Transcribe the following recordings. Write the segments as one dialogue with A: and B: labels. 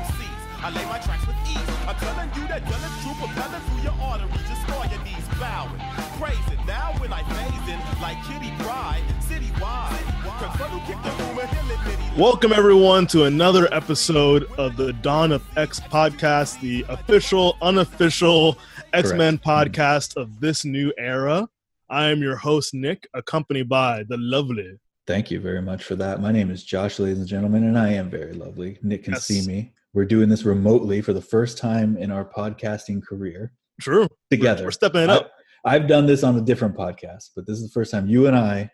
A: I lay my tracks with ease. I'm telling you that gun is true, propelling through your arteries. Just on your knees, bowing, praising. Now when I phase in, like Kitty Pride, citywide. Cause Fuddle kicked the room and healing many
B: Welcome, everyone, to another episode of the Dawn of X podcast, the official, unofficial X Men
C: Mm-hmm.
B: podcast of this new era. I am your host, Nick, accompanied by the lovely.
C: Thank you very much for that. My name is Josh, ladies and gentlemen, and I am very lovely. Nick can
B: Yes.
C: see me. We're doing this remotely for the first time in our podcasting career
B: True.
C: together.
B: We're stepping it up.
C: I, have done this on a different podcast, but this is the first time you and I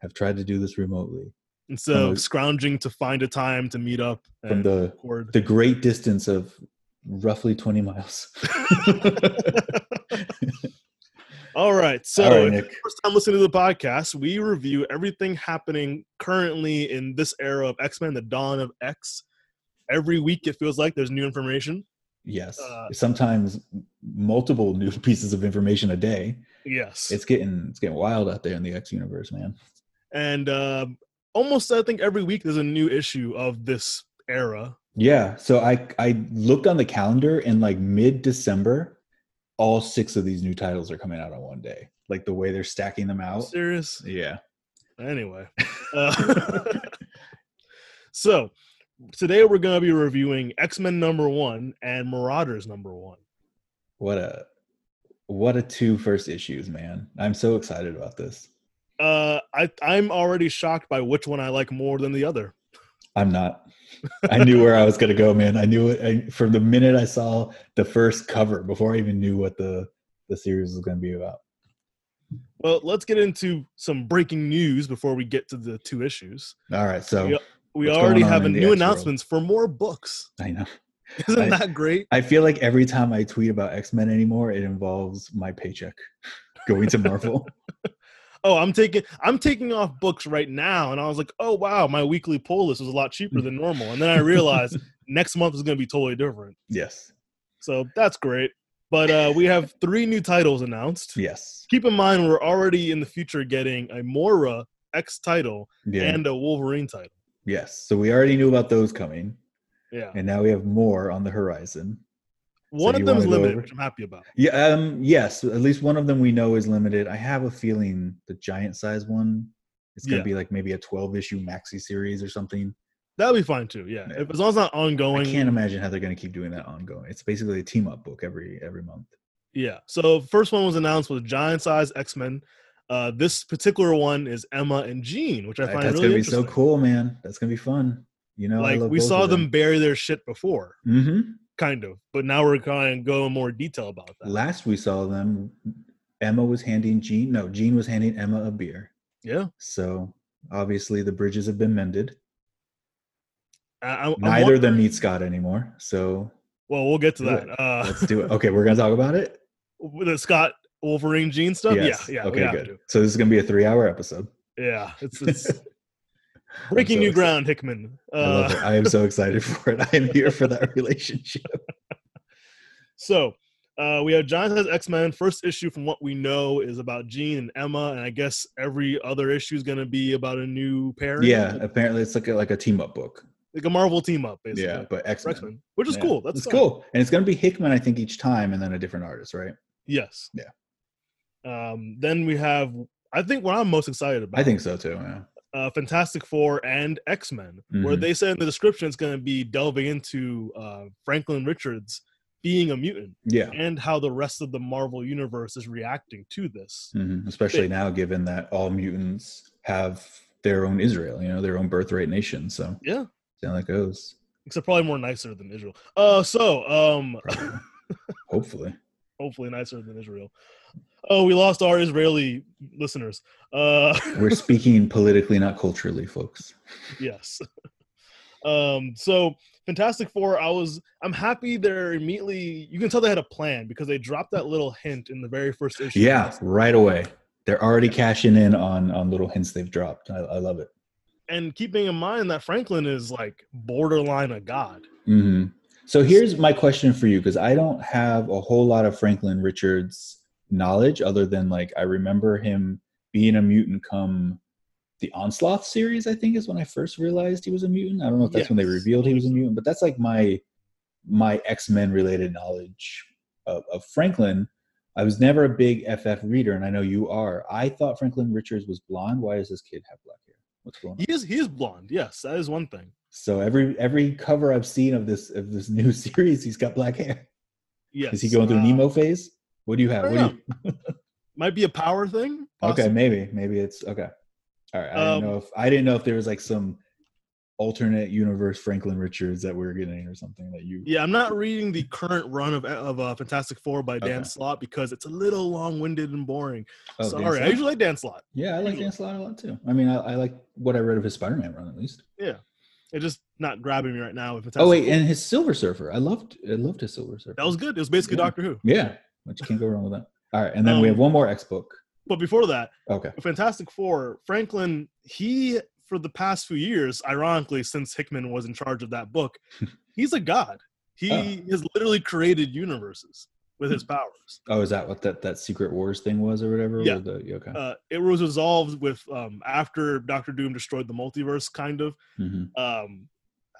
C: have tried to do this remotely
B: Instead
C: I'm a-
B: of scrounging to find a time to meet up
C: from
B: and
C: the
B: record.
C: the great distance of roughly 20 miles.
B: All right. So,
C: All right,
B: if
C: Nick.
B: you're first time listening to the podcast, we review everything happening currently in this era of X Men, the Dawn of X. Every week, it feels like there's new information.
C: Yes.
B: Uh,
C: Sometimes multiple new pieces of information a day.
B: Yes.
C: It's getting it's getting wild out there in the X universe, man.
B: and uh, almost I think every week there's a new issue of this era.
C: Yeah. So I I looked on the calendar and like mid December, all six of these new titles are coming out on one day. Like the way they're stacking them out.
B: Serious?
C: Yeah.
B: Anyway, uh, so today we're going to be reviewing X Men number one and Marauders number one.
C: What a what a two first issues, man. I'm so excited about this.
B: Uh, I I'm already shocked by which one I like more than the other.
C: I'm not. I knew where I was gonna go, man. I knew it I, from the minute I saw the first cover before I even knew what the the series was gonna be about.
B: Well, let's get into some breaking news before we get to the two issues.
C: All right, so
B: Yep. We
C: What's
B: already
C: going on
B: have a
C: in the
B: new
C: X world?
B: announcements for more books.
C: I know.
B: Isn't
C: I-
B: that great?
C: I feel like every time I tweet about X Men anymore, it involves my paycheck going to Marvel.
B: oh i'm taking i'm taking off books right now and i was like oh wow my weekly pull list was a lot cheaper than normal and then i realized next month is going to be totally different
C: yes,
B: so that's great but uh, we have three new titles announced
C: yes,
B: keep in mind we're already in the future getting a mora x title
C: yeah,
B: and a wolverine title
C: yes. So we already knew about those coming,
B: yeah
C: and now we have more on the horizon.
B: one
C: do
B: of
C: you
B: them is
C: wanna go
B: limited
C: over?
B: which i'm happy about
C: Yeah, um, yes. At least one of them we know is limited. I have a feeling the giant size one. It's gonna
B: Yeah.
C: be like maybe a twelve issue maxi series or something.
B: that'll be fine too yeah,
C: Yeah.
B: If, as long as it's not
C: I
B: ongoing
C: can't imagine how they're gonna keep doing that ongoing. It's basically a team up book every every month.
B: Yeah. So first one was announced was Giant Size X Men. Uh, this particular one is Emma and Jean, which I
C: That-
B: find
C: That's
B: really
C: gonna be
B: interesting.
C: so cool, man. That's gonna be fun. You know,
B: like we saw them bury their shit before,
C: Mm-hmm.
B: kind of, but now we're going to go in more detail about that.
C: Last we saw them, Emma was handing Jean. No, Jean was handing Emma a beer.
B: yeah.
C: So obviously the bridges have been mended.
B: I, I- I'm
C: Neither of them
B: wondering-
C: meet Scott anymore. So
B: Well, we'll get to
C: Do
B: that. Uh,
C: let's do it. Okay, we're gonna talk about it.
B: with the Scott Wolverine Jean stuff.
C: Yes.
B: Yeah. Yeah. we
C: Okay.
B: have
C: Good. So this is gonna be a three-hour episode.
B: to. Yeah. It's, it's
C: I'm
B: breaking
C: so
B: new
C: excited.
B: ground, Hickman.
C: I love
B: Uh,
C: it. I am so excited for it. I am here for that relationship.
B: So uh, we have Giant Size X Men. First issue, from what we know, is about Jean and Emma, and I guess every other issue is going to be about a new pair.
C: Yeah. Apparently, it's like a, like a team-up book.
B: like a Marvel team up, basically.
C: Yeah, but X
B: for X-Men, which is cool. That's
C: it's
B: fine.
C: cool, and it's gonna be Hickman, I think, each time, and then a different artist, right?
B: Yes.
C: Yeah.
B: Um, then we have, I think, what I'm most excited about.
C: I think so too. Yeah.
B: uh, Fantastic Four and X Men, where
C: Mhm.
B: they said in the description it's going to be delving into uh, Franklin Richards being a mutant
C: Yeah.
B: and how the rest of the Marvel universe is reacting to this.
C: hmm Especially
B: Big.
C: now, given that all mutants have their own Israel, you know, their own birthright nation. So
B: Yeah.
C: down that goes.
B: except probably more nicer than Israel. Uh, so um,
C: probably. Hopefully,
B: hopefully nicer than Israel. Oh, we lost our Israeli listeners. Uh,
C: we're speaking politically, not culturally, folks.
B: yes. Um, so Fantastic Four, I was, I'm happy they're immediately. You can tell they had a plan because they dropped that little hint in the very first issue.
C: Yeah, right away. They're already cashing in on on little hints they've dropped. I, I love it.
B: And keeping in mind that Franklin is like borderline a god.
C: hmm So here's my question for you, because I don't have a whole lot of Franklin Richards knowledge, other than like I remember him being a mutant come the Onslaught series. I think is when I first realized he was a mutant. I don't know if that's when they
B: Yes.
C: revealed he was a mutant, but that's like my my X Men related knowledge of, of Franklin. I was never a big FF reader, and I know you are. I thought Franklin Richards was blonde. Why does this kid have black hair? What's going on?
B: He is he is blonde. Yes, that is one thing.
C: So every every cover I've seen of this of this new series, he's got black hair.
B: Yes.
C: Is he going through
B: uh,
C: Nemo phase? What do you have?
B: I
C: What
B: don't
C: do you,
B: Might be a power thing.
C: okay,
B: possibly.
C: maybe maybe it's okay. All right. I
B: Um,
C: didn't know if I didn't know if there was like some alternate universe Franklin Richards that we are getting or something that you.
B: Yeah, I'm not reading the current run of of uh, Fantastic Four by Dan
C: Okay.
B: Slott because it's a little long-winded and boring.
C: Oh, Dan
B: Sorry, I
C: Slott?
B: usually like Dan Slott.
C: yeah, I like Dan Slott a lot too. I mean, I, I like what I read of his Spider-Man run at least.
B: It's just not grabbing me right now. With Fantastic
C: Oh wait,
B: Four.
C: and his Silver Surfer. I loved I loved his Silver Surfer.
B: that was good. It was basically
C: Yeah.
B: Doctor Who.
C: Yeah, which can't go wrong with that. All right, and then we
B: Um,
C: have one more X book.
B: But before that,
C: Okay.
B: Fantastic Four, Franklin, he for the past few years, ironically, since Hickman was in charge of that book, he's a god. He
C: Oh.
B: has literally created universes with his powers.
C: Oh, is that what that that Secret Wars thing was or whatever?
B: Yeah.
C: Or the- okay.
B: Uh, it was resolved with um, after Doctor Doom destroyed the multiverse, kind of.
C: Mhm.
B: Um,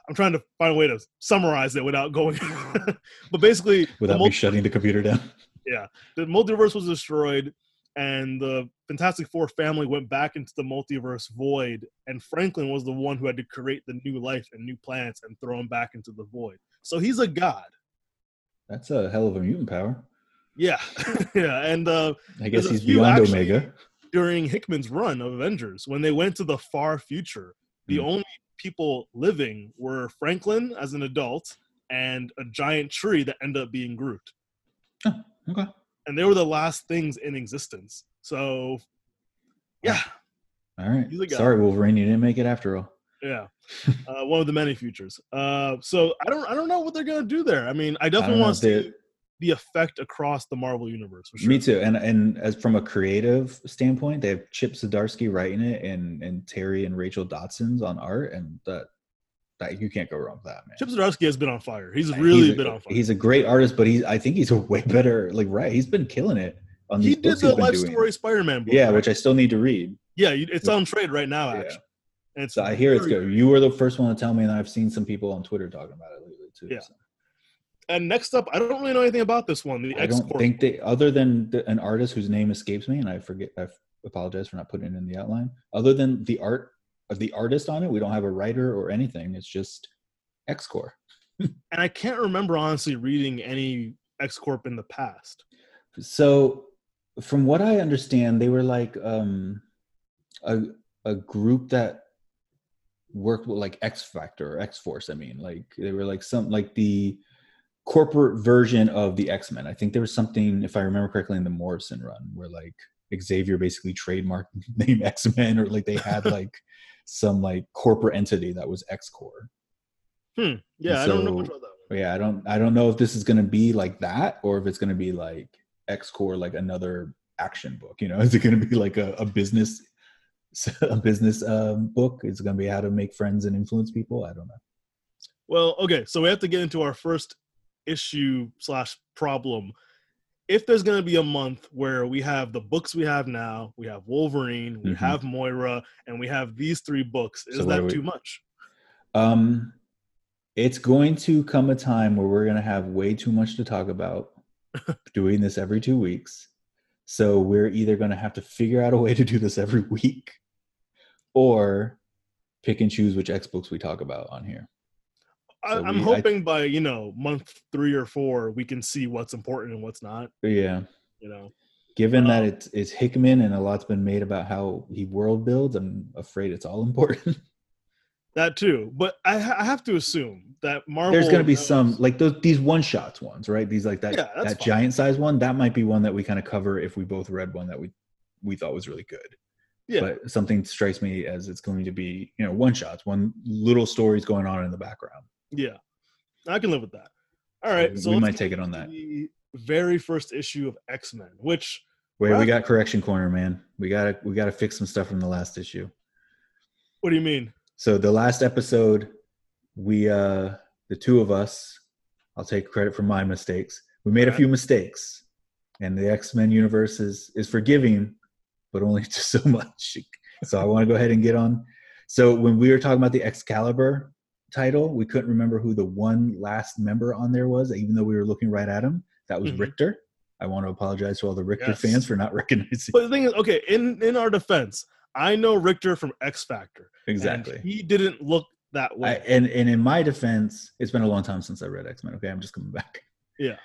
B: I'm trying to find a way to summarize it without going, but basically, the
C: Without
B: mul-
C: me shutting the computer down.
B: the multiverse was destroyed and the fantastic four family went back into the multiverse void and franklin was the one who had to create the new life and new planets and throw him back into the void so he's a god
C: That's a hell of a mutant power.
B: yeah yeah and uh,
C: I guess
B: There's a
C: he's
B: few
C: beyond
B: actually-
C: Omega.
B: during hickman's run of avengers when they went to the far future the
C: Hmm.
B: only people living were franklin as an adult and a giant tree that ended up being groot
C: Okay.
B: and they were the last things in existence so yeah
C: All right.
B: He's a guy.
C: Sorry, Wolverine, you didn't make it after all.
B: Yeah, uh, one of the many futures. Uh, so I don't, I don't know what they're gonna do there. I mean, I
C: I don't
B: definitely
C: know
B: want
C: if
B: to
C: they-
B: see the effect across the Marvel universe. For sure.
C: Me too. And and as from a creative standpoint, they have Chip Zdarsky writing it and and Terry and Rachel Dotson's on art, and that that you can't go wrong with that, man.
B: Chip Zdarsky has been on fire. He's
C: He's
B: really
C: a-
B: been on fire.
C: He's a great artist, but he's I think he's a way better like right. He's been killing it on
B: he
C: these
B: did
C: books he's
B: the
C: been
B: life
C: doing.
B: story Spider-Man book.
C: Yeah,
B: right?
C: which I still need to read.
B: yeah, you- it's on trade right now.
C: Yeah.
B: Actually, And it's
C: So I hear it's
B: very-
C: good. You were the first one to tell me, and I've seen some people on Twitter talking about it lately too.
B: Yeah.
C: so.
B: And next up, I don't really know anything about this one. The
C: I
B: X
C: don't
B: Corp.
C: think they other than the, an artist whose name escapes me, and I forget. I apologize for not putting it in the outline. Other than the art of the artist on it, we don't have a writer or anything. It's just X Core.
B: and I can't remember honestly reading any X Corp in the past.
C: So, from what I understand, they were like um, a a group that worked with like X Factor or X Force. I mean, like they were like some like the corporate version of the X Men. I think there was something, if I remember correctly, in the Morrison run where like Xavier basically trademarked the name X Men, or like they had like some like corporate entity that was X Corps.
B: Hmm. Yeah, I don't know much
C: So-
B: about that. One.
C: But yeah, I don't I don't know if this is gonna be like that or if it's gonna be like X Core, like another action book. You know, is it gonna be like a, a business a business um, book? Is it gonna be how to make friends and influence people? I don't know.
B: Well, okay, so we have to get into our first issue slash problem. If there's going to be a month where we have the books we have now, we have Wolverine, we
C: Mhm.
B: have Moira, and we have these three books, is
C: So what
B: that
C: do we-
B: too much?
C: Um it's going to come a time where we're gonna have way too much to talk about doing this every two weeks. So we're either gonna have to figure out a way to do this every week or pick and choose which X books we talk about on here.
B: I,
C: So
B: I'm
C: we- I-
B: hoping by you know month three or four we can see what's important and what's not.
C: But yeah.
B: You know,
C: given that
B: Um,
C: it's, it's Hickman and a lot's been made about how he world builds, I'm afraid it's all important.
B: that too. But I, ha- I have to assume that Marvel.
C: There's going to be
B: knows-
C: some like those these one shots ones, right? These like that
B: Yeah, that's
C: that
B: fine.
C: giant size one that might be one that we kind of cover if we both read one that we we thought was really good.
B: Yeah.
C: But something strikes me as it's going to be you know one shots, one little stories going on in the background.
B: Yeah, I can live with that. All right,
C: we,
B: so
C: we
B: let's
C: might
B: get
C: take it on
B: to
C: that.
B: the very first issue of X Men, which
C: Wait, we got correction corner, man. We gotta we gotta fix some stuff from the last issue.
B: what do you mean?
C: So the last episode, we uh the two of us, I'll take credit for my mistakes. We made a few mistakes, and the X Men universe is is forgiving, but only to so much. So I want to go ahead and get on. So when we were talking about the Excalibur title. We couldn't remember who the one last member on there was, even though we were looking right at him. That was
B: Mhm.
C: Richter. I want to apologize to all the Richter
B: Yes.
C: fans for not recognizing.
B: But the thing is, okay, in in our defense, I know Richter from X Factor. and
C: exactly.
B: he didn't look that
C: I,
B: way.
C: and and in my defense, it's been a long time since I read X Men. Okay, I'm just coming back.
B: Yeah.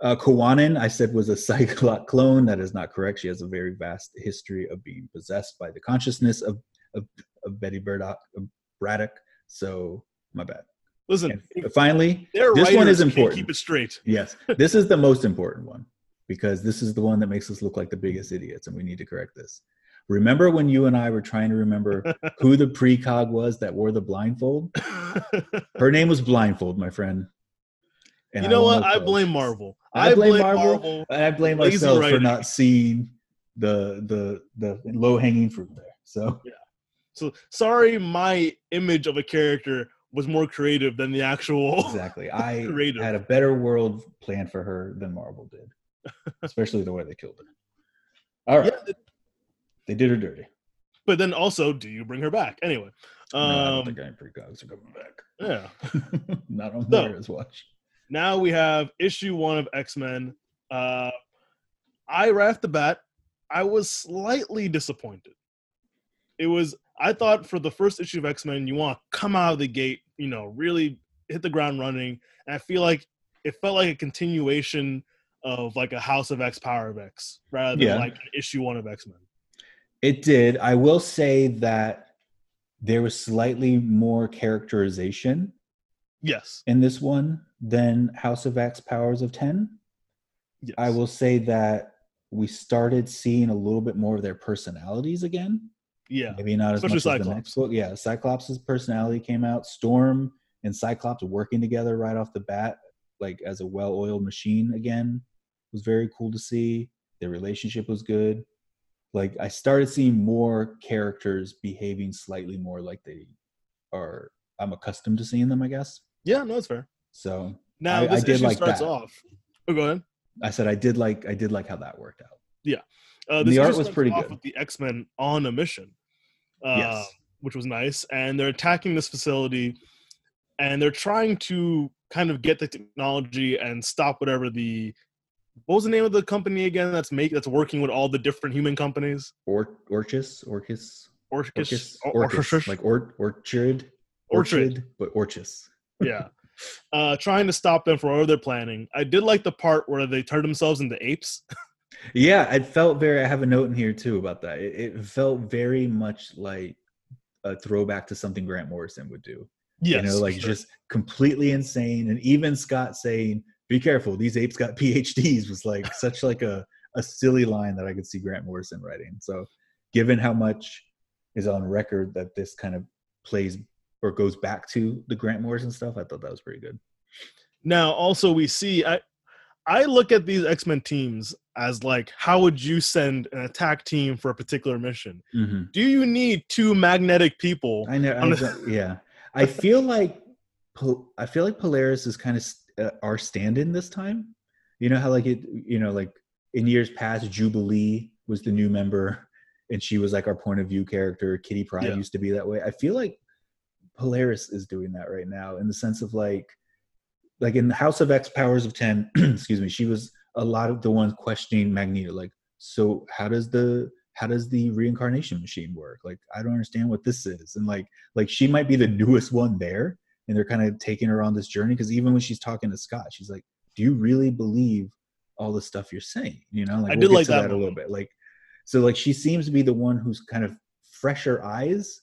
C: Uh, Kawanin, I said, was a Cyclot clone. That is not correct. She has a very vast history of being possessed by the consciousness of of, of Betty Burdock, of Braddock. So my bad.
B: Listen,
C: And finally,
B: their
C: this one
B: writers
C: is
B: can't
C: important.
B: Keep it straight.
C: yes, this is the most important one because this is the one that makes us look like the biggest idiots, and we need to correct this. Remember when you and I were trying to remember who the precog was that wore the blindfold? Her name was Blindfold, my friend. And
B: you know
C: will
B: what?
C: not
B: I
C: tell.
B: blame Marvel.
C: I blame Marvel. And I blame
B: Lazy
C: myself for
B: writing.
C: not seeing the the the low hanging fruit there. So
B: So sorry, my image of a character was more creative than the actual.
C: exactly, I
B: Creative.
C: had a better world planned for her than Marvel did, especially the way they killed her. All right,
B: Yeah, th-
C: they did her dirty.
B: but then also, do you bring her back anyway?
C: No, I don't
B: Um,
C: think any precogs are coming back.
B: yeah.
C: not on
B: So-
C: Mara's watch.
B: Now we have issue one of X Men. Uh, I right off the bat, I was slightly disappointed. It was I thought for the first issue of X Men, you want to come out of the gate, you know, really hit the ground running. And I feel like it felt like a continuation of like a House of X, Power of X, rather than
C: Yeah.
B: like an issue one of X Men.
C: It did. I will say that there was slightly more characterization
B: Yes,
C: in this one than House of X Powers of 10.
B: yes,
C: I will say that we started seeing a little bit more of their personalities again.
B: Yeah,
C: Maybe not as
B: Especially
C: much as the
B: Cyclops.
C: next book. Yeah, Cyclops' personality came out. Storm and Cyclops working together right off the bat, like as a well oiled machine again, was very cool to see. Their relationship was good. Like I started seeing more characters behaving slightly more like they are I'm accustomed to seeing them, I guess.
B: yeah. No, it's fair.
C: So
B: Now
C: I- I
B: this
C: did
B: issue
C: like
B: starts
C: that.
B: off. Oh, go ahead.
C: I said I did like I did like how that worked out.
B: Uh,
C: And
B: this
C: the art
B: just
C: was
B: starts
C: pretty
B: off
C: good.
B: With the X Men on a mission, uh,
C: yes.
B: which was nice, and they're attacking this facility, and they're trying to kind of get the technology and stop whatever the what was the name of the company again that's make that's working with all the different human companies.
C: Or Orchis, Orchis,
B: Orchis,
C: Orchis, Orchis, like or, orchard,
B: Orchid.
C: but Orchis.
B: yeah. Uh, trying to stop them from whatever they're planning. I did like the part where they turned themselves into apes.
C: Yeah, it felt very. I have a note in here too about that. It, it felt very much like a throwback to something Grant Morrison would do.
B: Yes,
C: you know,
B: for
C: like
B: sure.
C: just completely insane. And even Scott saying, "Be careful, these apes got PhDs," was like such like a a silly line that I could see Grant Morrison writing. So, given how much is on record that this kind of plays or goes back to the Grant Morrison stuff, I thought that was pretty good.
B: Now, also, we see I, I look at these X Men teams as like, how would you send an attack team for a particular mission? Do you need two magnetic people?
C: I know.
B: On
C: I
B: the-
C: don't- yeah, I feel like Pol- I feel like Polaris is kind of uh, our stand-in this time. You know how like it, you know, like in years past, Jubilee was the new member, and she was like our point of view character. Kitty Pride
B: Yeah.
C: used to be that way. I feel like Polaris is doing that right now in the sense of like, like in House of X, Powers of Ten. excuse me. She was a lot of the ones questioning Magneto, like so how does the how does the reincarnation machine work like i don't understand what this is and like like she might be the newest one there and they're kind of taking her on this journey because even when she's talking to scott she's like do you really believe all the stuff you're saying you know like
B: I did like
C: to
B: that
C: a little
B: moment.
C: bit like so like she seems to be the one who's kind of fresher eyes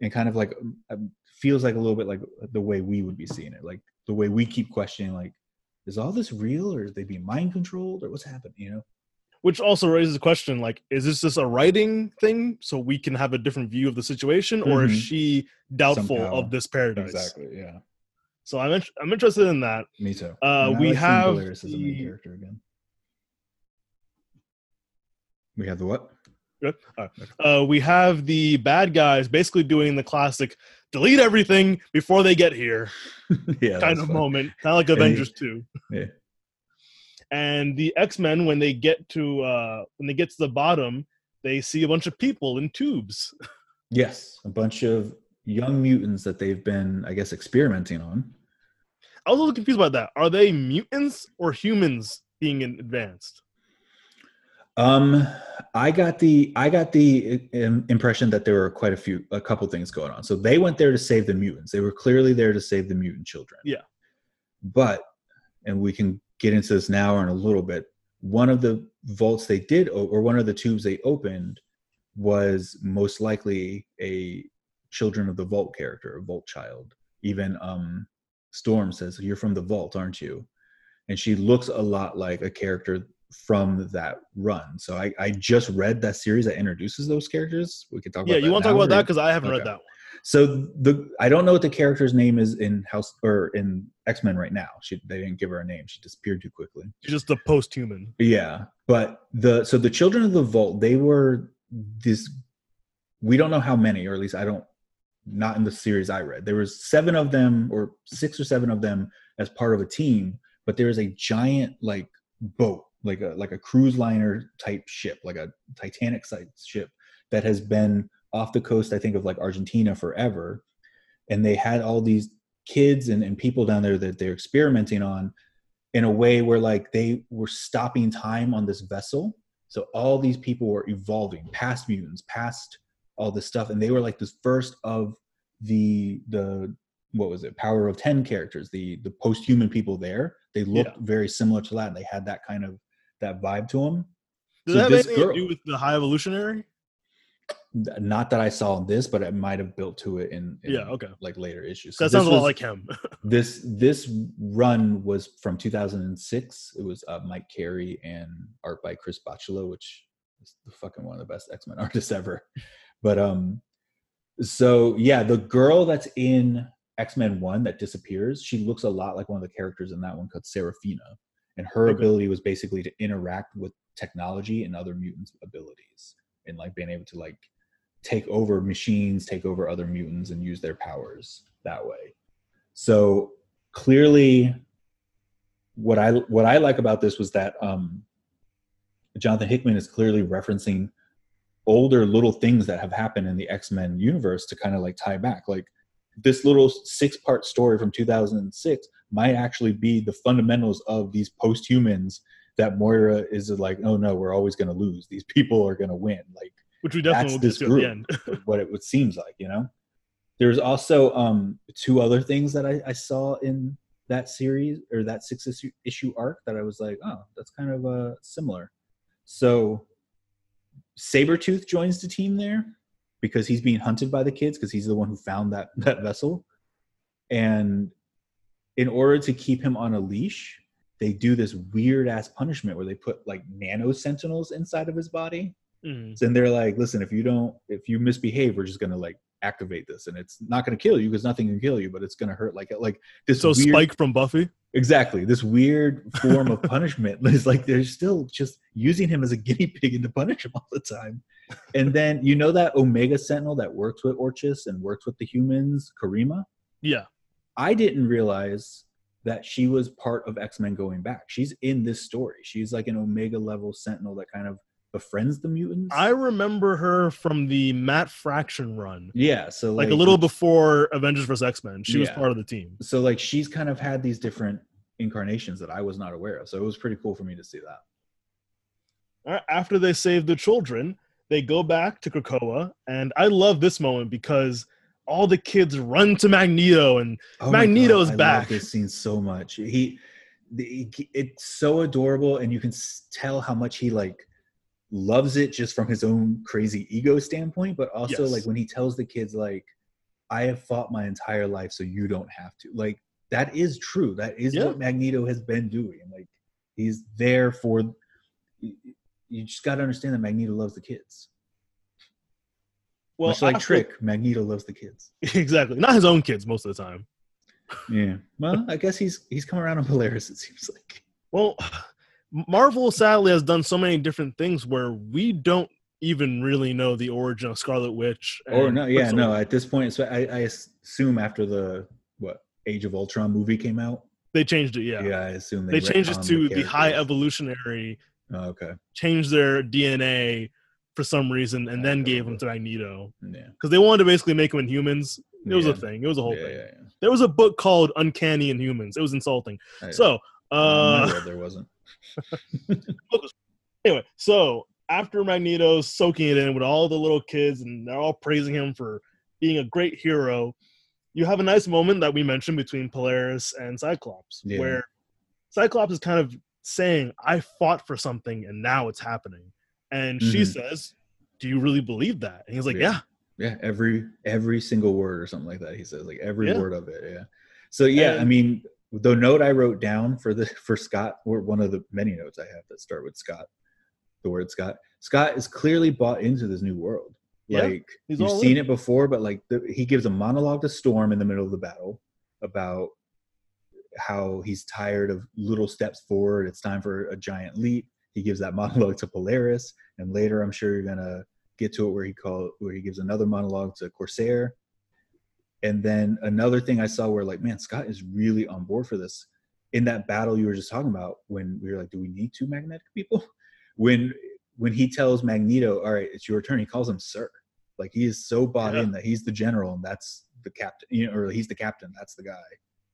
C: and kind of like um, feels like a little bit like the way we would be seeing it like the way we keep questioning like is all this real or is they being mind controlled or what's happening you know
B: Which also raises the question: like, is this just a writing thing so we can have a different view of the situation, or is
C: Mhm.
B: she doubtful
C: Somehow.
B: of this paradise?
C: yeah
B: So I'm int- I'm interested in that.
C: Me too.
B: Uh,
C: And I
B: we
C: seeing
B: have
C: Polaris as a main
B: the-
C: character again. We have the what?
B: Yep. All right. Uh, we have the bad guys basically doing the classic delete everything before they get here.
C: yeah,
B: kind of moment, kind of like
C: he-
B: Avengers Two.
C: yeah.
B: And the X Men, when they get to uh, when they get to the bottom, they see a bunch of people in tubes.
C: Yes, a bunch of young mutants that they've been, I guess, experimenting on.
B: I was a little confused about that. Are they mutants or humans being in- advanced?
C: Um, I got the I got the um, impression that there were quite a few, a couple things going on. So they went there to save the mutants. They were clearly there to save the mutant children.
B: Yeah.
C: But, and we can get into this now or in a little bit. One of the vaults they did, o- or one of the tubes they opened, was most likely a Children of the Vault character, a Vault child. Even um, Storm says, "You're from the Vault, aren't you?" And she looks a lot like a character from that run. So I, I just read that series that introduces those characters. We could talk.
B: Yeah,
C: about
B: you
C: that
B: want to talk
C: now,
B: about
C: or-
B: that because I haven't
C: Okay.
B: read that one.
C: so the I don't know what the character's name is in House or in X Men right now. She they didn't give her a name. She disappeared too quickly.
B: She's just a post-human.
C: Yeah, but the so the Children of the Vault they were this. We don't know how many, or at least I don't. Not in the series I read. There was seven of them, or six or seven of them, as part of a team. But there is a giant like boat, like a like a cruise liner type ship, like a Titanic type ship that has been off the coast, I think, of like Argentina forever. And they had all these kids and, and people down there that they're experimenting on in a way where like they were stopping time on this vessel. So all these people were evolving past mutants, past all this stuff. And they were like this first of the the what was it, power of ten characters, the the post human people there. They looked very similar to that. And they had that kind of that vibe to them.
B: Does
C: So
B: that have
C: this
B: anything
C: girl-
B: to do with the High Evolutionary?
C: Not that I saw in this, but it might have built to it in, in
B: Yeah, okay.
C: like later
B: That
C: issues. So this
B: sounds a lot
C: was-
B: like him.
C: this this run was from 2006 it was uh, mike carey and art by chris Bocciolo, which is the fucking one of the best x-men artists ever but um so yeah the girl that's in x-men 1 that disappears she looks a lot like one of the characters in that one called seraphina and her
B: Okay.
C: ability was basically to interact with technology and other mutants abilities and like being able to like take over machines take over other mutants and use their powers that way so clearly, what I what I like about this was that um, Jonathan Hickman is clearly referencing older little things that have happened in the X Men universe to kind of like tie back. Like this little six part story from 2006 might actually be the fundamentals of these post humans that Moira is like, oh no, we're always going to lose. These people are going to win. Like
B: Which we definitely
C: That's
B: will get
C: this
B: to
C: group.
B: at the end.
C: what it what seems like, you know. There's also um, two other things that I, I saw in that series or that six issue, issue arc that I was like, oh, that's kind of uh, similar. So Sabretooth joins the team there because he's being hunted by the kids because he's the one who found that, that vessel. And in order to keep him on a leash, they do this weird ass punishment where they put like nano sentinels inside of his body
B: Mm.
C: and they're like listen if you don't if you misbehave we're just gonna like activate this and it's not gonna kill you because nothing can kill you but it's gonna hurt like like this
B: So
C: weird,
B: Spike from Buffy.
C: exactly this weird form of punishment is like they're still just using him as a guinea pig and to punish him all the time and then you know that omega sentinel that works with orchis and works with the humans karima
B: Yeah.
C: i didn't realize that she was part of x-men going back she's in this story she's like an omega level sentinel that kind of befriends the mutants
B: I remember her from the Matt Fraction run,
C: yeah so
B: like a little before Avengers vs. X Men. She was
C: Yeah.
B: part of the team.
C: so like she's kind of had these different incarnations that I was not aware of. So it was pretty cool for me to see that.
B: All right, After they save the children, they go back to Krakoa. And I love this moment because all the kids run to Magneto and
C: Oh my God,
B: Magneto's
C: I love
B: back.
C: this scene so much. He, the, he- it's so adorable, and you can s- tell how much he like loves it just from his own crazy ego standpoint, but also
B: Yes.
C: like when he tells the kids like, "I have fought my entire life, so you don't have to." Like that is true. That is
B: Yeah.
C: what Magneto has been doing. Like he's there for. you- You just got to understand that Magneto loves the kids.
B: well,
C: Much like
B: after-
C: Trick, Magneto loves the kids.
B: exactly. Not his own kids most of the time.
C: Yeah. Well, I guess he's he's come around on Polaris. It seems like.
B: Well, Marvel sadly has done so many different things where we don't even really know the origin of Scarlet Witch.
C: Or
B: and
C: no, yeah,
B: Quicksilver.
C: no. At this point, so I, I assume after the what Age of Ultron movie came out.
B: They changed it, yeah.
C: Yeah, I assume
B: they changed
C: retconned
B: it to the high
C: characters.
B: evolutionary,
C: Oh, okay.
B: changed their DNA for some reason, and
C: I
B: then
C: don't
B: gave them
C: know.
B: to Magneto.
C: Yeah.
B: Because they wanted to basically make them in humans, It was
C: Yeah.
B: a thing. It was a whole
C: yeah,
B: thing.
C: yeah,
B: There was a book called Uncanny Inhumans. It was insulting.
C: yeah. Mm-hmm. I-
B: So,
C: in
B: uh,
C: my world, there wasn't.
B: anyway, so after Magneto's soaking it in with all the little kids and they're all praising him for being a great hero, you have a nice moment that we mentioned between Polaris and Cyclops,
C: Yeah.
B: where Cyclops is kind of saying, I fought for something and now it's happening. And she
C: Mhm.
B: says, Do you really believe that? And he's like,
C: Yeah.
B: Yeah.
C: Yeah, every every single word or something like that. He says like every
B: Yeah.
C: word of it. Yeah. So yeah, I
B: And-
C: mean, the note I wrote down for the for Scott, or one of the many notes I have that start with Scott, the word Scott. Scott is clearly bought into this new world.
B: Yeah,
C: Like
B: he's
C: you've
B: all
C: seen
B: in.
C: it before, but like the, he gives a monologue to Storm in the middle of the battle about how he's tired of little steps forward. It's time for a giant leap. He gives that monologue to Polaris, and later I'm sure you're gonna get to it where he call where he gives another monologue to Corsair. And then another thing I saw where like, man, Scott is really on board for this. In that battle you were just talking about, when we were like, do we need two magnetic people? When when he tells Magneto, all right, it's your turn, he calls him sir. Like he is so bought
B: Yeah.
C: in that he's the general and that's the captain, you know, or he's the captain, that's the guy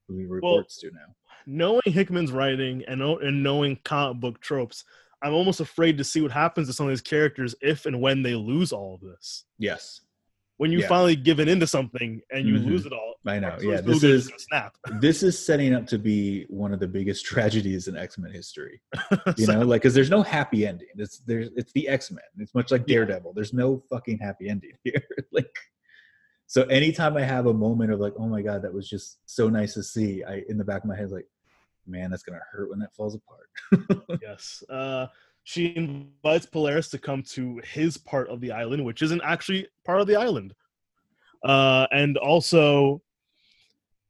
C: who he reports to now.
B: Knowing Hickman's writing and, o- and knowing comic book tropes, I'm almost afraid to see what happens to some of these characters if and when they lose all of this.
C: Yes.
B: when you
C: Yeah.
B: finally give it into something and you
C: Mhm.
B: lose it all.
C: I know.
B: Mark
C: Yeah.
B: Spiegel's
C: This
B: gonna
C: is
B: just snap.
C: this is setting up to be one of the biggest tragedies in X-Men history. you know like because there's no happy ending it's there's it's the x-men it's much like
B: Yeah.
C: daredevil there's no fucking happy ending here like so anytime i have a moment of like oh my god that was just so nice to see i in the back of my head like man that's gonna hurt when that falls apart
B: yes. Uh, she invites Polaris to come to his part of the island, which isn't actually part of the island. Uh, and also,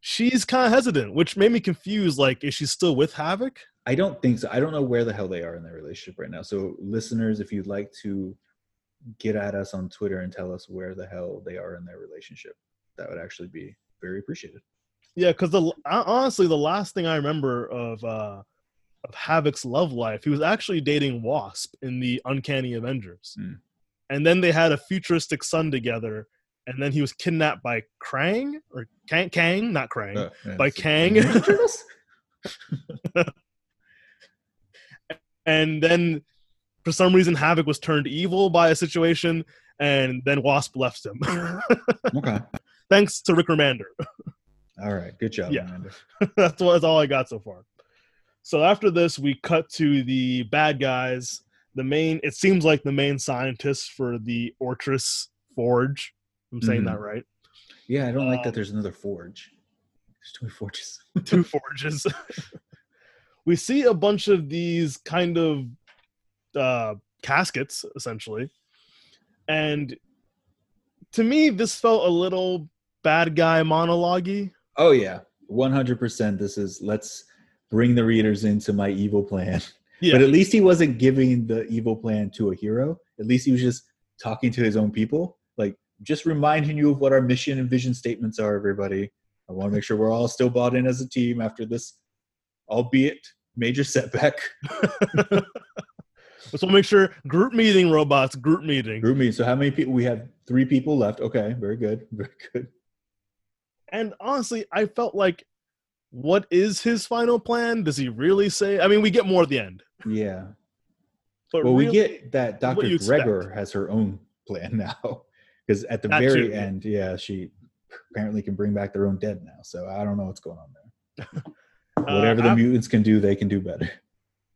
B: she's kind of hesitant, which made me confused. Like, is she still with Havoc?
C: i don't think so i don't know where the hell they are in their relationship right now so listeners if you'd like to get at us on twitter and tell us where the hell they are in their relationship that would actually be very appreciated
B: Yeah, because the I- honestly, the last thing I remember of uh, of Havoc's love life, he was actually dating Wasp in the Uncanny Avengers,
C: Hmm.
B: and then they had a futuristic son together, and then he was kidnapped by Krang or Kang, Kang not Krang,
C: Uh, yeah,
B: by
C: so-
B: Kang.
C: Ninja Turtles?
B: and then for some reason Havoc was turned evil by a situation, and then Wasp left him,
C: okay
B: thanks to Rick Remender.
C: all right good job
B: Yeah.
C: Amanda.
B: that's what that's all I got so far. So after this, we cut to the bad guys. The main, it seems like the main scientists for the Ortress Forge. I'm saying
C: Mhm.
B: that right.
C: Yeah, I don't like
B: Um,
C: that there's another forge. There's too many forges.
B: Two forges. we see a bunch of these kind of uh, caskets, essentially, and to me, this felt a little bad guy monologue
C: Oh yeah, 100%. This is let's bring the readers into my evil plan.
B: Yeah,
C: But at least he wasn't giving the evil plan to a hero. At least he was just talking to his own people, like just reminding you of what our mission and vision statements are everybody. I want to make sure we're all still bought in as a team after this albeit major setback.
B: let's make sure group meeting robots, group meeting.
C: Group meeting. So how many people we have 3 people left. Okay, very good. Very good.
B: And honestly, I felt like, what is his final plan? Does he really say? I mean, we get more at the end,
C: Yeah.
B: but
C: well, we
B: really-
C: get that
B: what
C: Dr.
B: you expect.
C: Gregor has her own plan now because at the
B: That
C: very
B: too.
C: end, yeah, she apparently can bring back their own dead now. So I don't know what's going on there.
B: uh,
C: Whatever the
B: af-
C: mutants can do, they can do better.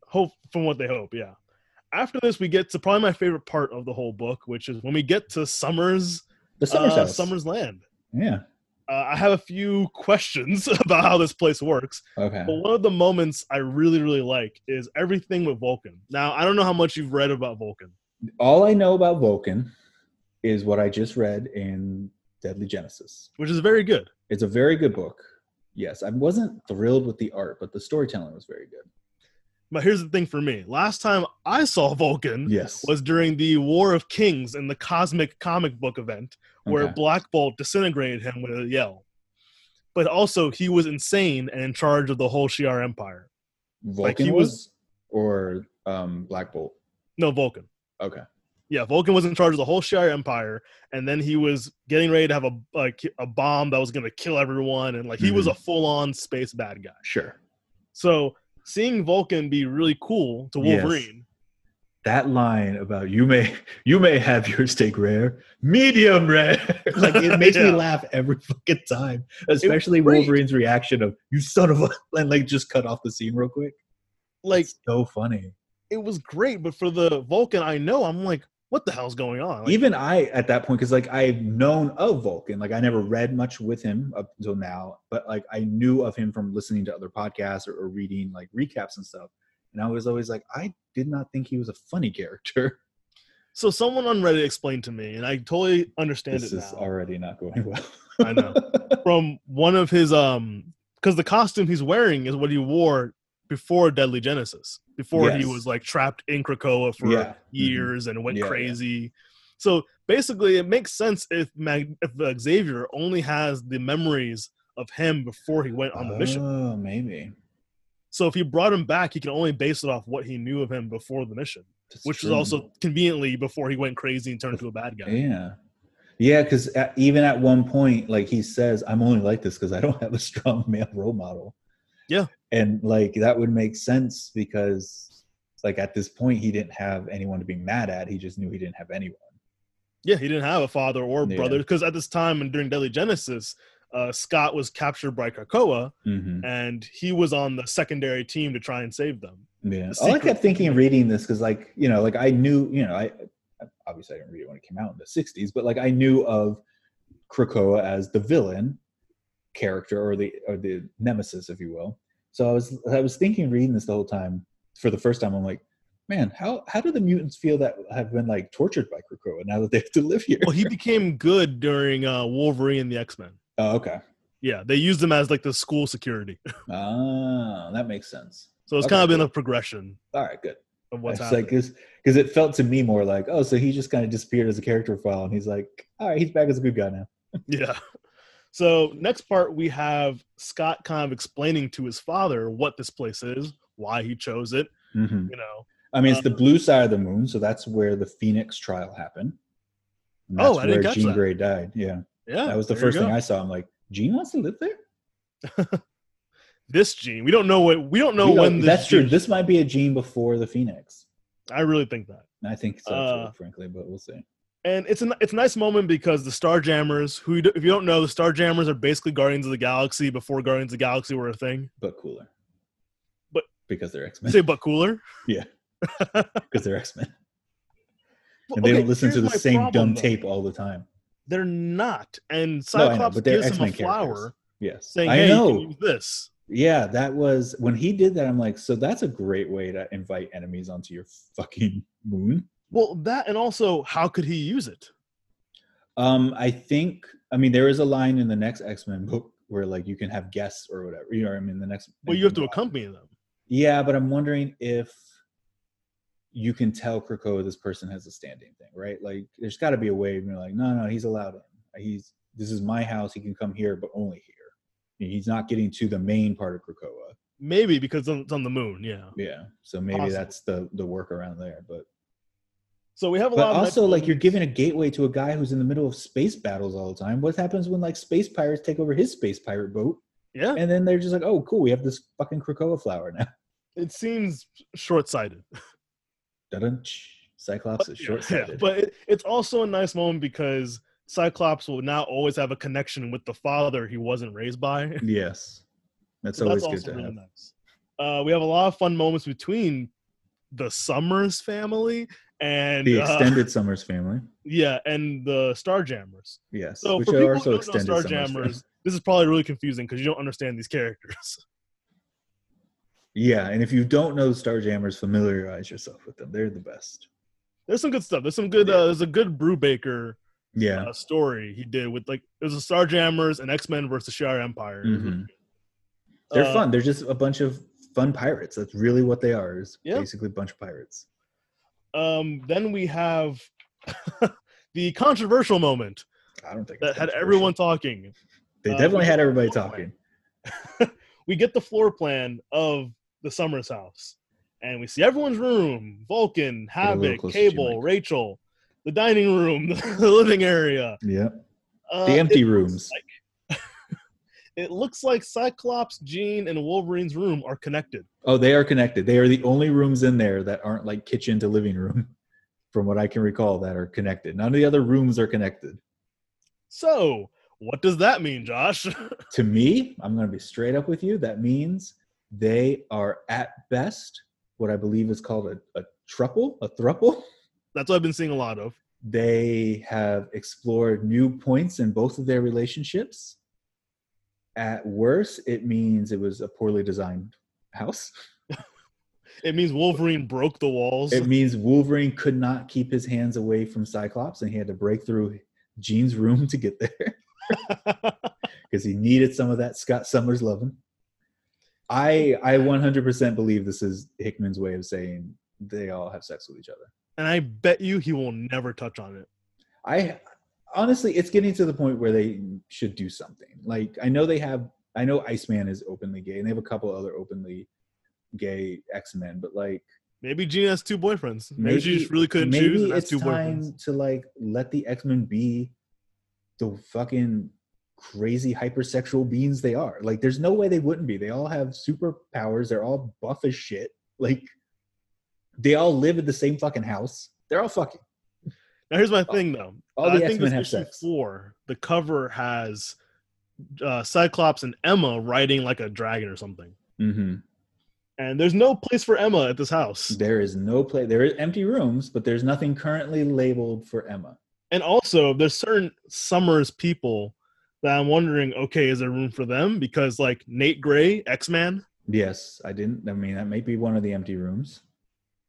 B: hope from what they hope. Yeah. After this, we get to probably my favorite part of the whole book, which is when we get to Summer's
C: The Summer's
B: uh,
C: house.
B: Summer's land.
C: yeah.
B: Uh, I have a few questions about how this place works.
C: Okay.
B: But one of the moments I really, really like is everything with Vulcan. Now, I don't know how much you've read about Vulcan.
C: All I know about Vulcan is what I just read in Deadly Genesis.
B: Which is very good.
C: It's a very good book. Yes, I wasn't thrilled with the art, but the storytelling was very good.
B: But here's the thing for me. Last time I saw Vulcan,
C: Yes.
B: Mm-hmm. was during the War of Kings in the Cosmic Comic Book event, where
C: Okay.
B: Black Bolt disintegrated him with a yell. But also, he was insane and in charge of the whole Shi'ar Empire.
C: Vulcan
B: like, he
C: was,
B: was-
C: or um, Black Bolt?
B: No, Vulcan.
C: Okay.
B: yeah, Vulcan was in charge of the whole Shi'ar Empire, and then he was getting ready to have a like a bomb that was going to kill everyone, and like he was
C: Mhm.
B: a full on space bad guy.
C: Sure.
B: So seeing Vulcan be really cool to
C: Yes.
B: Wolverine,
C: That line about you may you may have your steak rare, medium rare. like it makes
B: Yeah.
C: me laugh every fucking time, especially
B: great.
C: Wolverine's reaction of "you son of a" and like just cut off the scene real quick.
B: like
C: It's so funny.
B: it was great. But for the Vulcan, I know I'm like, what the hell's going on? Like,
C: Even I at that point, because like I've known of Vulcan, like I never read much with him up until now, but like I knew of him from listening to other podcasts or, or reading like recaps and stuff. And I was always like, I did not think he was a funny character.
B: so someone on Reddit explained to me, and I totally understand
C: this
B: it
C: is
B: now.
C: already not going well.
B: I know. From one of his um, because the costume he's wearing is what he wore before Deadly Genesis, before he
C: Yes.
B: was like trapped in Krakoa for
C: yeah. Mm-hmm.
B: years and went
C: Yeah, yeah.
B: crazy. So basically, it makes sense if Mag- if uh, Xavier only has the memories of him before he went on the mission.
C: Oh, maybe.
B: So if he brought him back, he can only base it off what he knew of him before the mission,
C: That's
B: which
C: true.
B: was also conveniently before he went crazy and turned into a bad guy.
C: yeah, yeah. Because even at one point, like he says, "I'm only like this because I don't have a strong male role model."
B: Yeah.
C: and like that would make sense because, like at this point, he didn't have anyone to be mad at. He just knew he didn't have anyone.
B: Yeah, he didn't have a father or
C: Yeah.
B: brother because at this time and during Deadly Genesis, uh, Scott was captured by Krakoa
C: Mm-hmm.
B: and he was on the secondary team to try and save them.
C: Yeah.
B: The
C: All I
B: secret-
C: kept thinking of reading this because, like, you know, like I knew, you know, I I- obviously I didn't read it when it came out in the '60s, but like I knew of Krakoa as the villain character or the or the nemesis, if you will. So I was I was thinking reading this the whole time for the first time. I'm like, man, how how do the mutants feel that have been like tortured by Krakoa now that they have to live here?
B: Well, he became good during uh, Wolverine and the X Men.
C: Oh, okay.
B: Yeah, they used him as like the school security.
C: Ah, that makes sense.
B: So it's
C: Okay,
B: kind of been
C: cool.
B: a progression
C: All right, good.
B: of what's
C: it's
B: happening.
C: like because it felt to me more like oh so he just kind of disappeared as a character file and he's like all right he's back as a good guy now
B: yeah. So next part we have Scott kind of explaining to his father what this place is, why he chose it,
C: mm-hmm.
B: you know.
C: i mean it's the
B: Um,
C: blue side of the moon so that's where the phoenix trial happened And
B: Oh,
C: that's
B: I didn't
C: where
B: catch
C: gene
B: that.
C: gray died yeah
B: Yeah.
C: that was the
B: there you
C: first thing
B: go.
C: i saw i'm like gene wants to live there
B: this gene. We don't know what we don't know
C: We don't-
B: when this
C: uh, that's true
B: gene-
C: this might be a gene before the phoenix
B: I really think that.
C: i think so too,
B: Uh,
C: frankly but we'll see
B: And it's an it's a nice moment because the Starjammers, who you d- if you don't know, the Starjammers are basically Guardians of the Galaxy before Guardians of the Galaxy were a thing.
C: but cooler
B: But-
C: because they're
B: You
C: x-men
B: say but cooler.
C: because they're x-men
B: Well,
C: and they
B: okay,
C: don't listen to
B: here's
C: the
B: my
C: same
B: problem,
C: dumb
B: though.
C: tape all the time
B: They're not. And
C: No, I know,
B: Cyclops
C: but they're
B: gives him a
C: X-Men characters.
B: flower
C: yes
B: saying,
C: i
B: "Hey,
C: know
B: you can use this."
C: Yeah, that was when he did that. I'm like, so that's a great way to invite enemies onto your fucking moon.
B: Well, that and also, how could he use it?
C: Um, I think, I mean, there is a line in the next X Men book where like you can have guests or whatever. You know, what I mean, the next.
B: Well, you have to
C: X-Men book.
B: accompany them.
C: Yeah, but I'm wondering if you can tell Krakoa this person has a standing thing, right? Like, there's got to be a way of being like, no, no, he's allowed in. He's this is my house. He can come here, but only here. He's not getting to the main part of Krakoa.
B: Maybe because it's on the moon. Yeah.
C: Yeah, so maybe
B: Possible.
C: that's the the workaround there, but.
B: So we have a
C: But
B: lot. of nice
C: also, like, you're
B: moments.
C: giving a gateway to a guy who's in the middle of space battles all the time. What happens when, like, space pirates take over his space pirate boat?
B: Yeah,
C: And then they're just like, oh, cool, we have this fucking Krakoa flower now.
B: it seems short-sighted.
C: Dun-dun-ch. Cyclops is
B: Yeah,
C: short
B: yeah,
C: sighted.
B: but it, it's also a nice moment because Cyclops will now always have a connection with the father he wasn't raised by.
C: yes. That's
B: So
C: always
B: that's also
C: good to
B: really
C: have.
B: nice. Uh, we have a lot of fun moments between the Summers family and
C: The
B: uh,
C: extended Summers family.
B: yeah, and the Starjammers.
C: Yes.
B: So
C: which
B: for
C: are
B: people
C: also
B: who don't
C: extended
B: know
C: Summers. family.
B: Starjammers, this is probably really confusing because you don't understand these characters.
C: Yeah. And if you don't know Starjammers, familiarize yourself with them. They're the best.
B: There's some good stuff. There's some good.
C: Yeah.
B: Uh, there's a good Brubaker
C: Yeah.
B: uh, story he did with like there's a Starjammers and X Men versus Shi'ar Empire.
C: Mhm. They're
B: Uh,
C: fun. They're just a bunch of fun pirates. That's really what they are, is
B: Yeah.
C: basically a bunch of pirates.
B: Um, then we have the controversial moment
C: I don't think it's
B: that had
C: controversial.
B: everyone talking.
C: They
B: Uh,
C: definitely
B: we-
C: had everybody
B: floor
C: talking.
B: We get the floor plan of the Summers house, and we see everyone's room: Vulcan,
C: a little
B: Havoc,
C: closer to your
B: Cable,
C: mic.
B: Rachel, the dining room, the living area,
C: Yeah.
B: uh,
C: The empty
B: it-
C: rooms.
B: It looks like Cyclops, Jean, and Wolverine's room are connected.
C: Oh, they are connected. They are the only rooms in there that aren't like kitchen to living room, from what I can recall, that are connected. None of the other rooms are connected.
B: So, what does that mean, Josh?
C: To me, I'm going to be straight up with you. That means they are at best what I believe is called a, a truple, a thruple.
B: That's what I've been seeing a lot of.
C: They have explored new points in both of their relationships. At worst, it means it was a poorly designed house.
B: It means Wolverine broke the walls.
C: It means Wolverine could not keep his hands away from Cyclops, and he had to break through Jean's room to get there because he needed some of that Scott Summers loving. I I 100% believe this is Hickman's way of saying they all have sex with each other.
B: and I bet you he will never touch on it.
C: I honestly, it's getting to the point where they should do something. Like I know they have, I know Iceman is openly gay, and they have a couple other openly gay X Men, but like
B: Maybe Jean has two boyfriends. Maybe, she just really couldn't choose and has
C: it's
B: two
C: time
B: boyfriends.
C: to like let the X Men be the fucking crazy hypersexual beings they are. Like, there's no way they wouldn't be. They all have superpowers. They're all buff as shit. Like, they all live in the same fucking house. They're all fucking.
B: Now here's my thing though.
C: All
B: I
C: the
B: think
C: X Men
B: this
C: have
B: issue
C: sex.
B: four, the cover has uh, Cyclops and Emma riding like a dragon or something.
C: Mm-hmm.
B: And there's no place for Emma at this house.
C: There is no play. There is empty rooms, but there's nothing currently labeled for Emma.
B: And also, there's certain Summers people that I'm wondering, okay, is there room for them? Because like Nate Gray, X Man,
C: Yes, I didn't. I mean, that may be one of the empty rooms.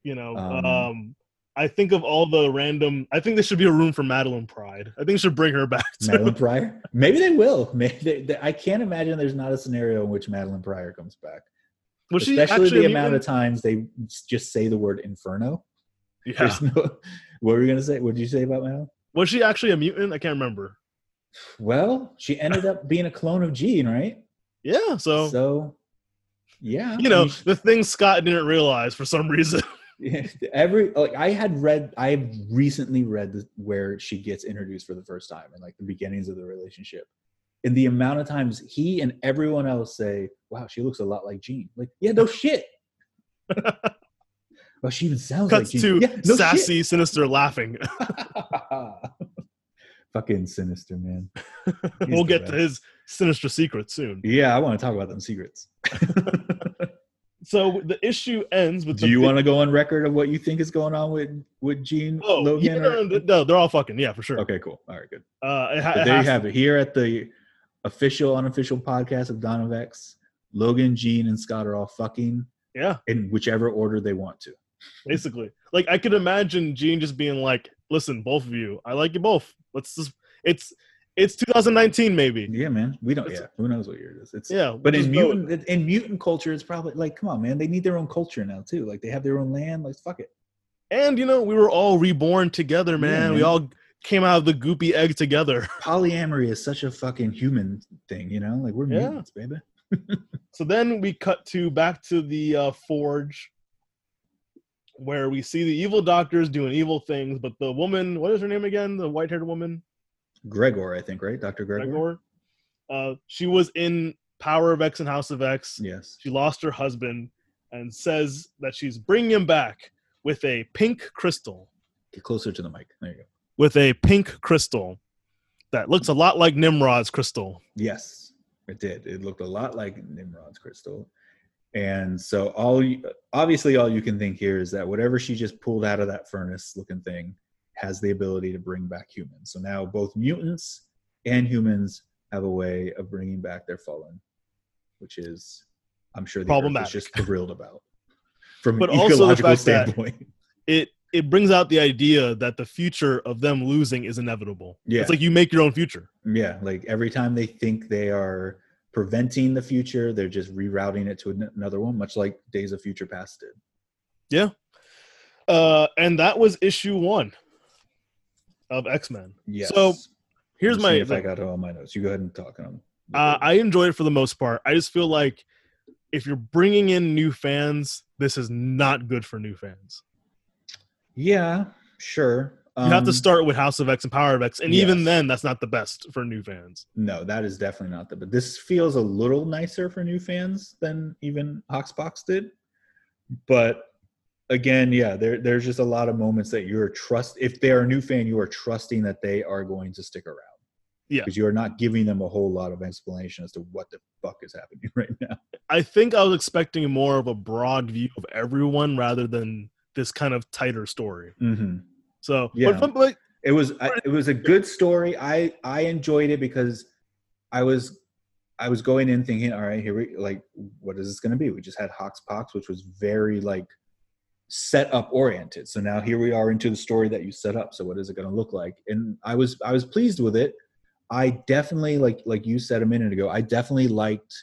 B: you know, um,
C: Um,
B: I think of all the random. I think there should be a room for Madeline Pride. I think we should bring her back. Too.
C: Madeline Pryor? Maybe they will. Maybe they, they- I can't imagine there's not a scenario in which Madeline Pryor comes back.
B: Was she
C: Especially
B: actually
C: the
B: a
C: amount of
B: mutant?
C: times they s- just say the word inferno.
B: Yeah.
C: There's no, what were you going to say? What did you say about Madeline?
B: Was she actually a mutant? I can't remember.
C: Well, she ended up being a clone of Jean, right?
B: Yeah. So,
C: so yeah.
B: you
C: I
B: know,
C: mean, Oh
B: the thing Scott didn't realize for some reason.
C: Yeah, every like I had read I have recently read the, where she gets introduced for the first time and like the beginnings of the relationship. And the amount of times he and everyone else say, "Wow, she looks a lot like Jean." Like, yeah, no shit. well, she even sounds
B: Cuts
C: like
B: to
C: Jean. Yeah, no
B: sassy, sinister laughing.
C: shit. Fucking sinister, man.
B: we'll
C: the
B: get to
C: best.
B: his sinister secret soon.
C: Yeah, I want to talk about them secrets.
B: So the issue ends with.
C: Do
B: the
C: you
B: big-
C: want to go on record of what you think is going on with with Jean
B: Oh, yeah,
C: Logan?
B: no,
C: or-
B: no, no, they're all fucking. Yeah, for sure.
C: Okay, cool. All right, good.
B: Uh, it ha-
C: But
B: it
C: there
B: has
C: you have it. Here at the official, unofficial podcast of Don of X, Logan, Gene, and Scott are all fucking
B: to- yeah,
C: in whichever order they want to.
B: basically. Like I could imagine Gene just being like, "Listen, both of you, I like you both. Let's just it's it's 2019 maybe.
C: Yeah, man. We don't.
B: It's-
C: Yeah, who knows what year it is? It's
B: Yeah,
C: But
B: just
C: in
B: vote.
C: mutant, in mutant culture, it's probably like, come on, man. They need their own culture now too. Like they have their own land. Like fuck it.
B: and you know we were all reborn together, man. We
C: man.
B: all came out of the goopy egg together.
C: Polyamory is such a fucking human thing, you know. Like we're
B: Yeah.
C: mutants, baby.
B: so then we cut to back to the uh, forge, where we see the evil doctors doing evil things, but the woman, what is her name again? The white-haired woman.
C: Gregor, I think, right? Doctor Gregor.
B: Gregor. Uh, she was in Power of X and House of X.
C: Yes.
B: She lost her husband and says that she's bringing him back with a pink crystal.
C: Get closer to the mic. There you go.
B: With a pink crystal that looks a lot like Nimrod's crystal.
C: Yes, it did. It looked a lot like Nimrod's crystal. And so all you, obviously all you can think here is that whatever she just pulled out of that furnace looking thing has the ability to bring back humans. So now both mutants and humans have a way of bringing back their fallen, which is I'm sure the Earth
B: Problematic.
C: is just thrilled about from
B: But
C: an
B: also the
C: ecological
B: fact that-
C: standpoint.
B: It it brings out the idea that the future of them losing is inevitable.
C: Yeah.
B: It's like you make your own future.
C: Yeah, like every time they think they are preventing the future, they're just rerouting it to an- another one, much like Days of Future Past did.
B: Uh, and that was issue one of X Men.
C: Yes.
B: So, Here's
C: I'm
B: my
C: seeing if I got all my notes. You go ahead and talk on them.
B: Uh, I enjoy it for the most part. I just feel like if you're bringing in new fans, this is not good for new fans.
C: yeah, sure.
B: You have to start with House of X and Power of X, and even
C: Um, yes.
B: then, that's not the best for new fans.
C: No, that is definitely not the. But this feels a little nicer for new fans than even Hoxbox did. But again, yeah, there there's just a lot of moments that you're trust. If they are a new fan, you are trusting that they are going to stick around.
B: Yeah.
C: because you are not giving them a whole lot of explanation as to what the fuck is happening right now.
B: I think I was expecting more of a broad view of everyone rather than this kind of tighter story.
C: Mm-hmm.
B: So, but-
C: Yeah.
B: but, but
C: It was I, it was a good story. I I enjoyed it because I was I was going in thinking, all right, here we like, what is this going to be? We just had Hox Pox, which was very like set up oriented. So now here we are into the story that you set up. So what is it going to look like? And I was I was pleased with it. I definitely like like you said a minute ago. I definitely liked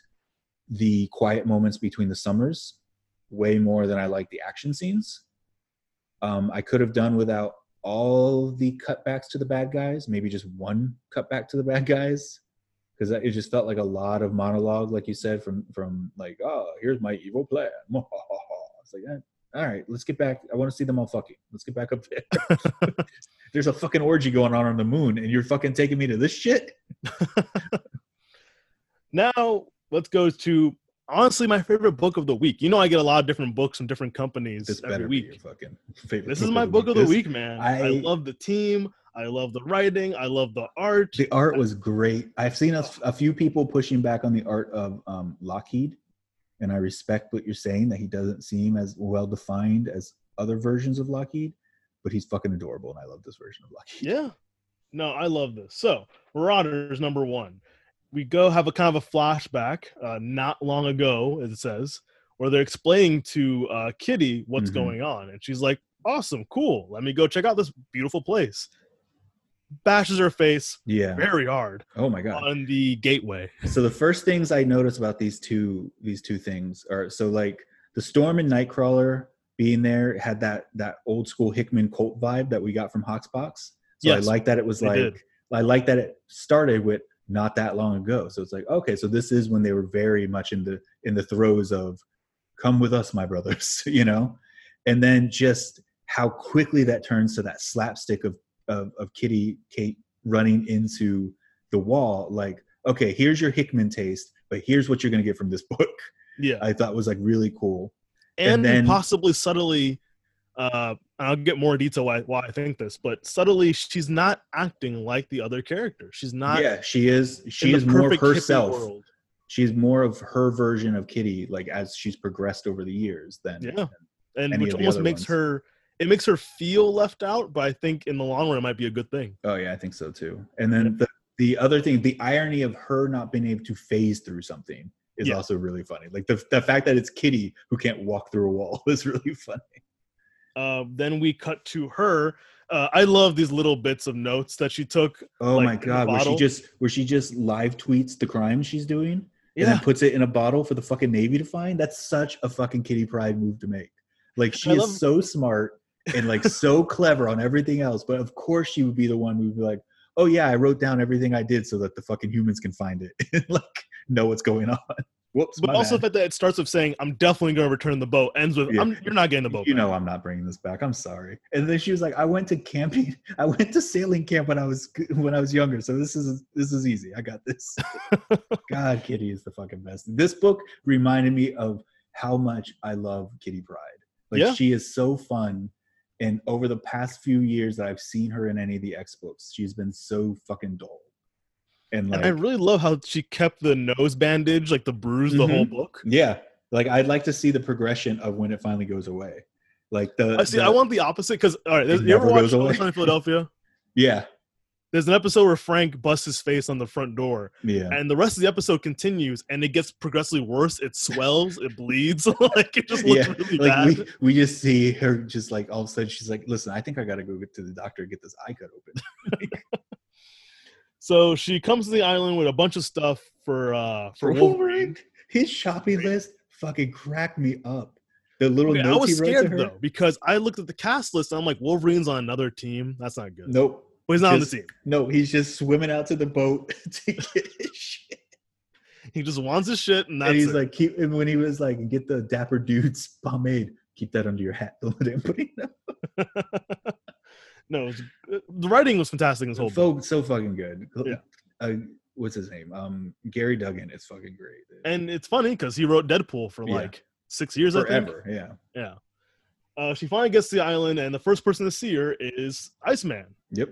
C: the quiet moments between the summers way more than I liked the action scenes. Um, I could have done without all the cutbacks to the bad guys, maybe just one cutback to the bad guys, because it just felt like a lot of monologue, like you said, from from like, oh, here's my evil plan. It's like, eh, all right, let's get back. I want to see them all fucking. Let's get back up there. There's a fucking orgy going on on the moon, and you're fucking taking me to this shit.
B: now let's go to honestly my favorite book of the week. You know, I get a lot of different books from different companies
C: This
B: every
C: better be your
B: week.
C: fucking favorite.
B: This is my book of the
C: This-
B: week, man. I,
C: I-
B: love the team. I love the writing. I love the art.
C: The art was great. I've seen a, a few people pushing back on the art of um, Lockheed, and I respect what you're saying that he doesn't seem as well defined as other versions of Lockheed, but he's fucking adorable, and I love this version of Lockheed.
B: Yeah. No, I love this. So, Marauders number one. We go have a kind of a flashback, uh, not long ago, as it says, where they're explaining to uh, Kitty what's
C: Mhm.
B: going on. And she's like, awesome, cool. Let me go check out this beautiful place. Bashes her face
C: Yeah.
B: very hard
C: Oh my god.
B: on the gateway.
C: so the first things I notice about these two these two things are so like the storm and Nightcrawler being there had that that old school Hickman cult vibe that we got from Hoxbox. So
B: Yes,
C: I like that it was
B: they
C: like
B: did.
C: I like that it started with not that long ago. So it's like okay, so this is when they were very much in the in the throes of come with us, my brothers, you know, and then just how quickly that turns to that slapstick of of, of Kitty Kate running into the wall like okay, here's your Hickman taste, but here's what you're going to get from this book.
B: Yeah.
C: I thought was like really cool.
B: and,
C: and then-
B: possibly subtly uh i'll get more detail why, why i think this but subtly she's not acting like the other characters she's not
C: yeah, she is. She
B: in
C: is
B: the
C: more of
B: perfect hippie
C: herself.
B: world.
C: She's more of her version of Kitty, like as she's progressed over the years. Then,
B: Yeah. and
C: Any
B: which
C: of the
B: almost
C: other
B: makes
C: ones.
B: her it makes her feel left out but i think in the long run it might be a good thing
C: Oh yeah, I think so too. And then the the other thing, the irony of her not being able to phase through something is
B: Yeah.
C: also really funny. Like the the fact that it's Kitty who can't walk through a wall is really funny.
B: uh, then we cut to her uh, i love these little bits of notes that she took
C: Oh
B: Like,
C: my
B: in the
C: god, where she
B: bottle.
C: just where she just live tweets the crime she's doing. and then puts it in a bottle for the fucking Navy to find. That's such a fucking Kitty Pride move to make. Like she
B: I
C: is
B: love-
C: so smart and like so clever on everything else, but of course she would be the one who'd be like, "Oh yeah, I wrote down everything I did so that the fucking humans can find it, and like know what's going on." Whoops,
B: but
C: my
B: also the
C: bad.
B: fact that it starts with saying i'm definitely going to return the boat ends with
C: Yeah.
B: I'm, you're not getting the boat
C: you
B: back."
C: know I'm not bringing this back. I'm sorry. And then she was like, "I went to camping. I went to sailing camp when I was when I was younger. So this is this is easy. I got this." God, Kitty is the fucking best. This book reminded me of how much I love Kitty Pride. Like
B: Yeah.
C: she is so fun. And over the past few years that I've seen her in any of the X books, she's been so fucking dull. And like
B: and i really love how she kept the nose bandage like the bruise the
C: Mm-hmm.
B: whole book
C: Yeah. Like I'd like to see the progression of when it finally goes away. Like the
B: I see.
C: the-
B: I want the opposite because all right. There's,
C: It
B: you ever
C: never
B: watch
C: goes away.
B: Always Sunny in Philadelphia?
C: Yeah.
B: There's an episode where Frank busts his face on the front door,
C: Yeah.
B: and the rest of the episode continues, and it gets progressively worse. It swells, it bleeds, like it just looks
C: Yeah,
B: really
C: like
B: bad.
C: we, we just see her just like all of a sudden she's like listen i think i gotta go get to the doctor and get this eye cut open
B: so she comes to the island with a bunch of stuff for uh for Wolverine.
C: his shopping list fucking cracked me up the little
B: Okay, I
C: notes
B: was
C: he wrote to
B: scared
C: her
B: though because I looked at the cast list and I'm like, Wolverine's on another team. That's not good.
C: nope
B: but he's not
C: just-
B: on the team.
C: no he's just swimming out to the boat to get his shit
B: He just wants his shit, and that's
C: and he's
B: it.
C: like keep and when he was like get the dapper dude's pomade keep that under your hat don't let anybody know
B: No, it was- uh, the writing was fantastic. in This whole book.
C: so so fucking good.
B: Yeah.
C: Uh, what's his name? Um, Gary Duggan is fucking great. dude.
B: and it's funny because he wrote Deadpool for
C: Yeah.
B: like six years. I think.
C: forever, yeah,
B: Yeah. Uh, she finally gets to the island, and the first person to see her is Iceman.
C: yep.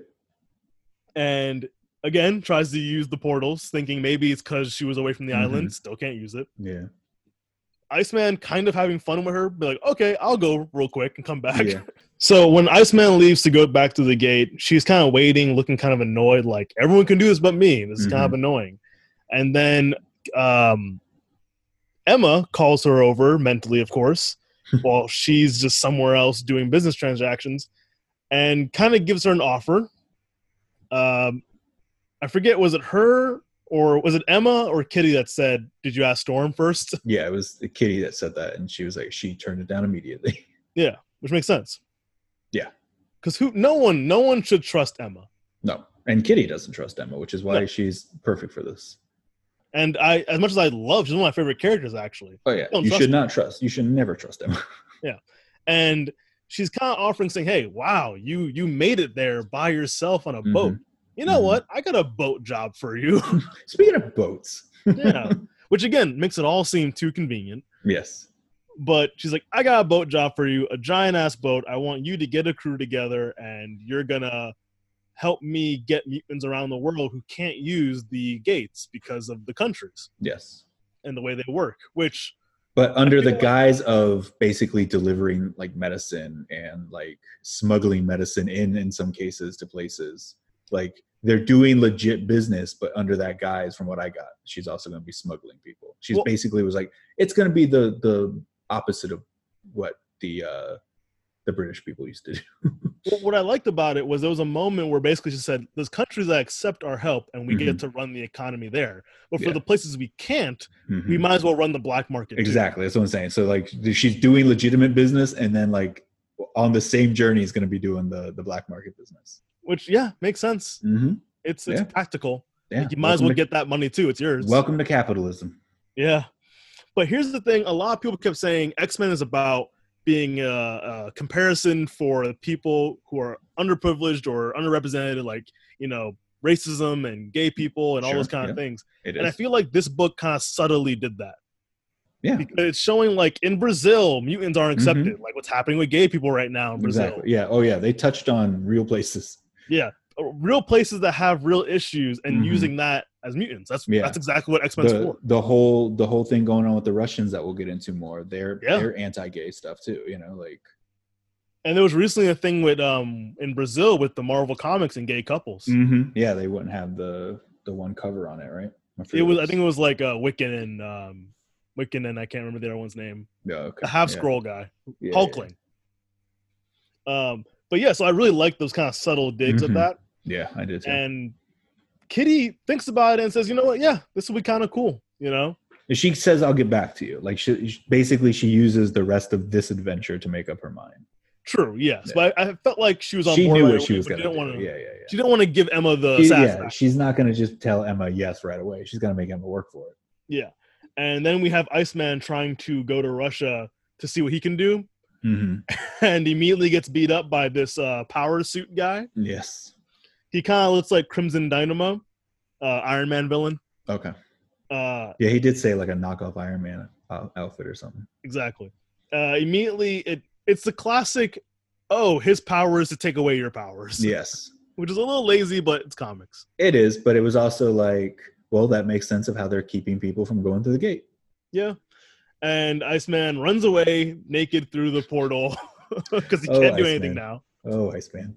B: And again, tries to use the portals, thinking maybe it's because she was away from the
C: Mhm.
B: island. Still can't use it.
C: Yeah.
B: Iceman kind of having fun with her, be like, okay, I'll go real quick and come back.
C: Yeah.
B: So when Iceman leaves to go back to the gate, she's kind of waiting, looking kind of annoyed, like, everyone can do this but me. This is kind of annoying. And then um, Emma calls her over, mentally, of course, while she's just somewhere else doing business transactions and kind of gives her an offer. Um, I forget, was it her or was it Emma or Kitty that said, Did you ask Storm first?
C: Yeah, it was the kitty that said that, and she was like, she turned it down immediately.
B: Yeah, which makes sense.
C: Yeah.
B: Because who? No one. No one should trust Emma.
C: no, and Kitty doesn't trust Emma, which is why
B: No.
C: she's perfect for this.
B: And I, as much as I love, she's one of my favorite characters actually.
C: Oh yeah,
B: Don't
C: you
B: trust
C: should not trust. You should never trust Emma.
B: And she's kind of offering, saying, "Hey, wow, you you made it there by yourself on a boat. You know
C: Mhm.
B: what? I got a boat job for you."
C: Speaking of boats,
B: yeah. Which again makes it all seem too convenient.
C: yes,
B: But she's like, "I got a boat job for you, a giant ass boat. I want you to get a crew together, and you're gonna." Help me get mutants around the world who can't use the gates because of the countries.
C: yes,
B: and the way they work, which
C: but under the
B: feel like-
C: guise of basically delivering like medicine and like smuggling medicine in in some cases to places like they're doing legit business but under that guise from what i got she's also going to be smuggling people she's
B: Well-
C: basically was like it's going to be the the opposite of what the uh the british people used to do
B: wh- what I liked about it was there was a moment where basically she said, "There's countries that accept our help, and we get to run the economy there. But for
C: Mm-hmm. Yeah.
B: the places we can't,
C: Mhm.
B: we might as well run the black market." too."
C: exactly that's what i'm saying so like she's doing legitimate business and then like on the same journey is going to be doing the the black market business
B: Which yeah, makes sense.
C: mm-hmm.
B: It's it's
C: Yeah.
B: practical.
C: yeah
B: Like, you might as
C: welcome
B: well
C: to-
B: get that money too. It's yours.
C: welcome to capitalism
B: Yeah. But here's the thing: a lot of people kept saying X Men is about being a, a comparison for people who are underprivileged or underrepresented, like you know racism and gay people and all
C: Sure,
B: those kind
C: yeah.
B: of things.
C: It
B: And I
C: is.
B: feel like this book kind of subtly did that.
C: Yeah. Mm-hmm.
B: Because it's showing like in Brazil, mutants aren't accepted. Like what's happening with gay people right now in Brazil.
C: exactly. Yeah. Oh, yeah. They touched on real places.
B: Yeah. Uh, Real places that have real issues and
C: Mhm.
B: using that as mutants. That's
C: Yeah.
B: that's exactly what X Men's
C: The,
B: for.
C: the whole the whole thing going on with the Russians that we'll get into more. They're
B: Yeah.
C: they're anti-gay stuff too. You know, like
B: And there was recently a thing with um in Brazil with the Marvel comics and gay couples.
C: Mm, yeah, they wouldn't have the the one cover on it, right?
B: It was I think it was like uh Wiccan and um Wiccan and I can't remember the other one's name.
C: yeah, okay.
B: The half
C: Yeah.
B: scroll guy.
C: Yeah,
B: Hulkling. Um but yeah, so I really like those kind of subtle digs
C: Mhm.
B: of that.
C: Yeah, I did. Too.
B: And Kitty thinks about it and says, you know what? Yeah, this will be kind of cool. You know?
C: And she says, "I'll get back to you." Like she basically she uses the rest of this adventure to make up her mind.
B: True. Yes. But I, I felt like she was on
C: She
B: board.
C: knew
B: right
C: what she
B: away,
C: was
B: but
C: going
B: she
C: to
B: didn't
C: do.
B: want to.
C: Yeah, yeah, yeah.
B: She didn't want to give Emma the
C: She-
B: sass
C: yeah,
B: back.
C: she's not going to just tell Emma yes right away. She's going to make Emma work for it.
B: Yeah. And then we have Iceman trying to go to Russia to see what he can do,
C: Mm-hmm.
B: and immediately gets beat up by this uh, power suit guy.
C: Yes.
B: He kind of looks like Crimson Dynamo, uh, Iron Man villain.
C: Okay.
B: Uh,
C: Yeah, he did say like a knockoff Iron Man uh, outfit or something.
B: exactly. Uh, immediately, it it's the classic. Oh, his power is to take away your powers.
C: Yes,
B: which is a little lazy, but it's comics.
C: it is, but it was also like, well, that makes sense of how they're keeping people from going through the gate.
B: Yeah. And Iceman runs away naked through the portal because he
C: Oh,
B: can't do anything
C: Iceman.
B: now.
C: Oh, Iceman.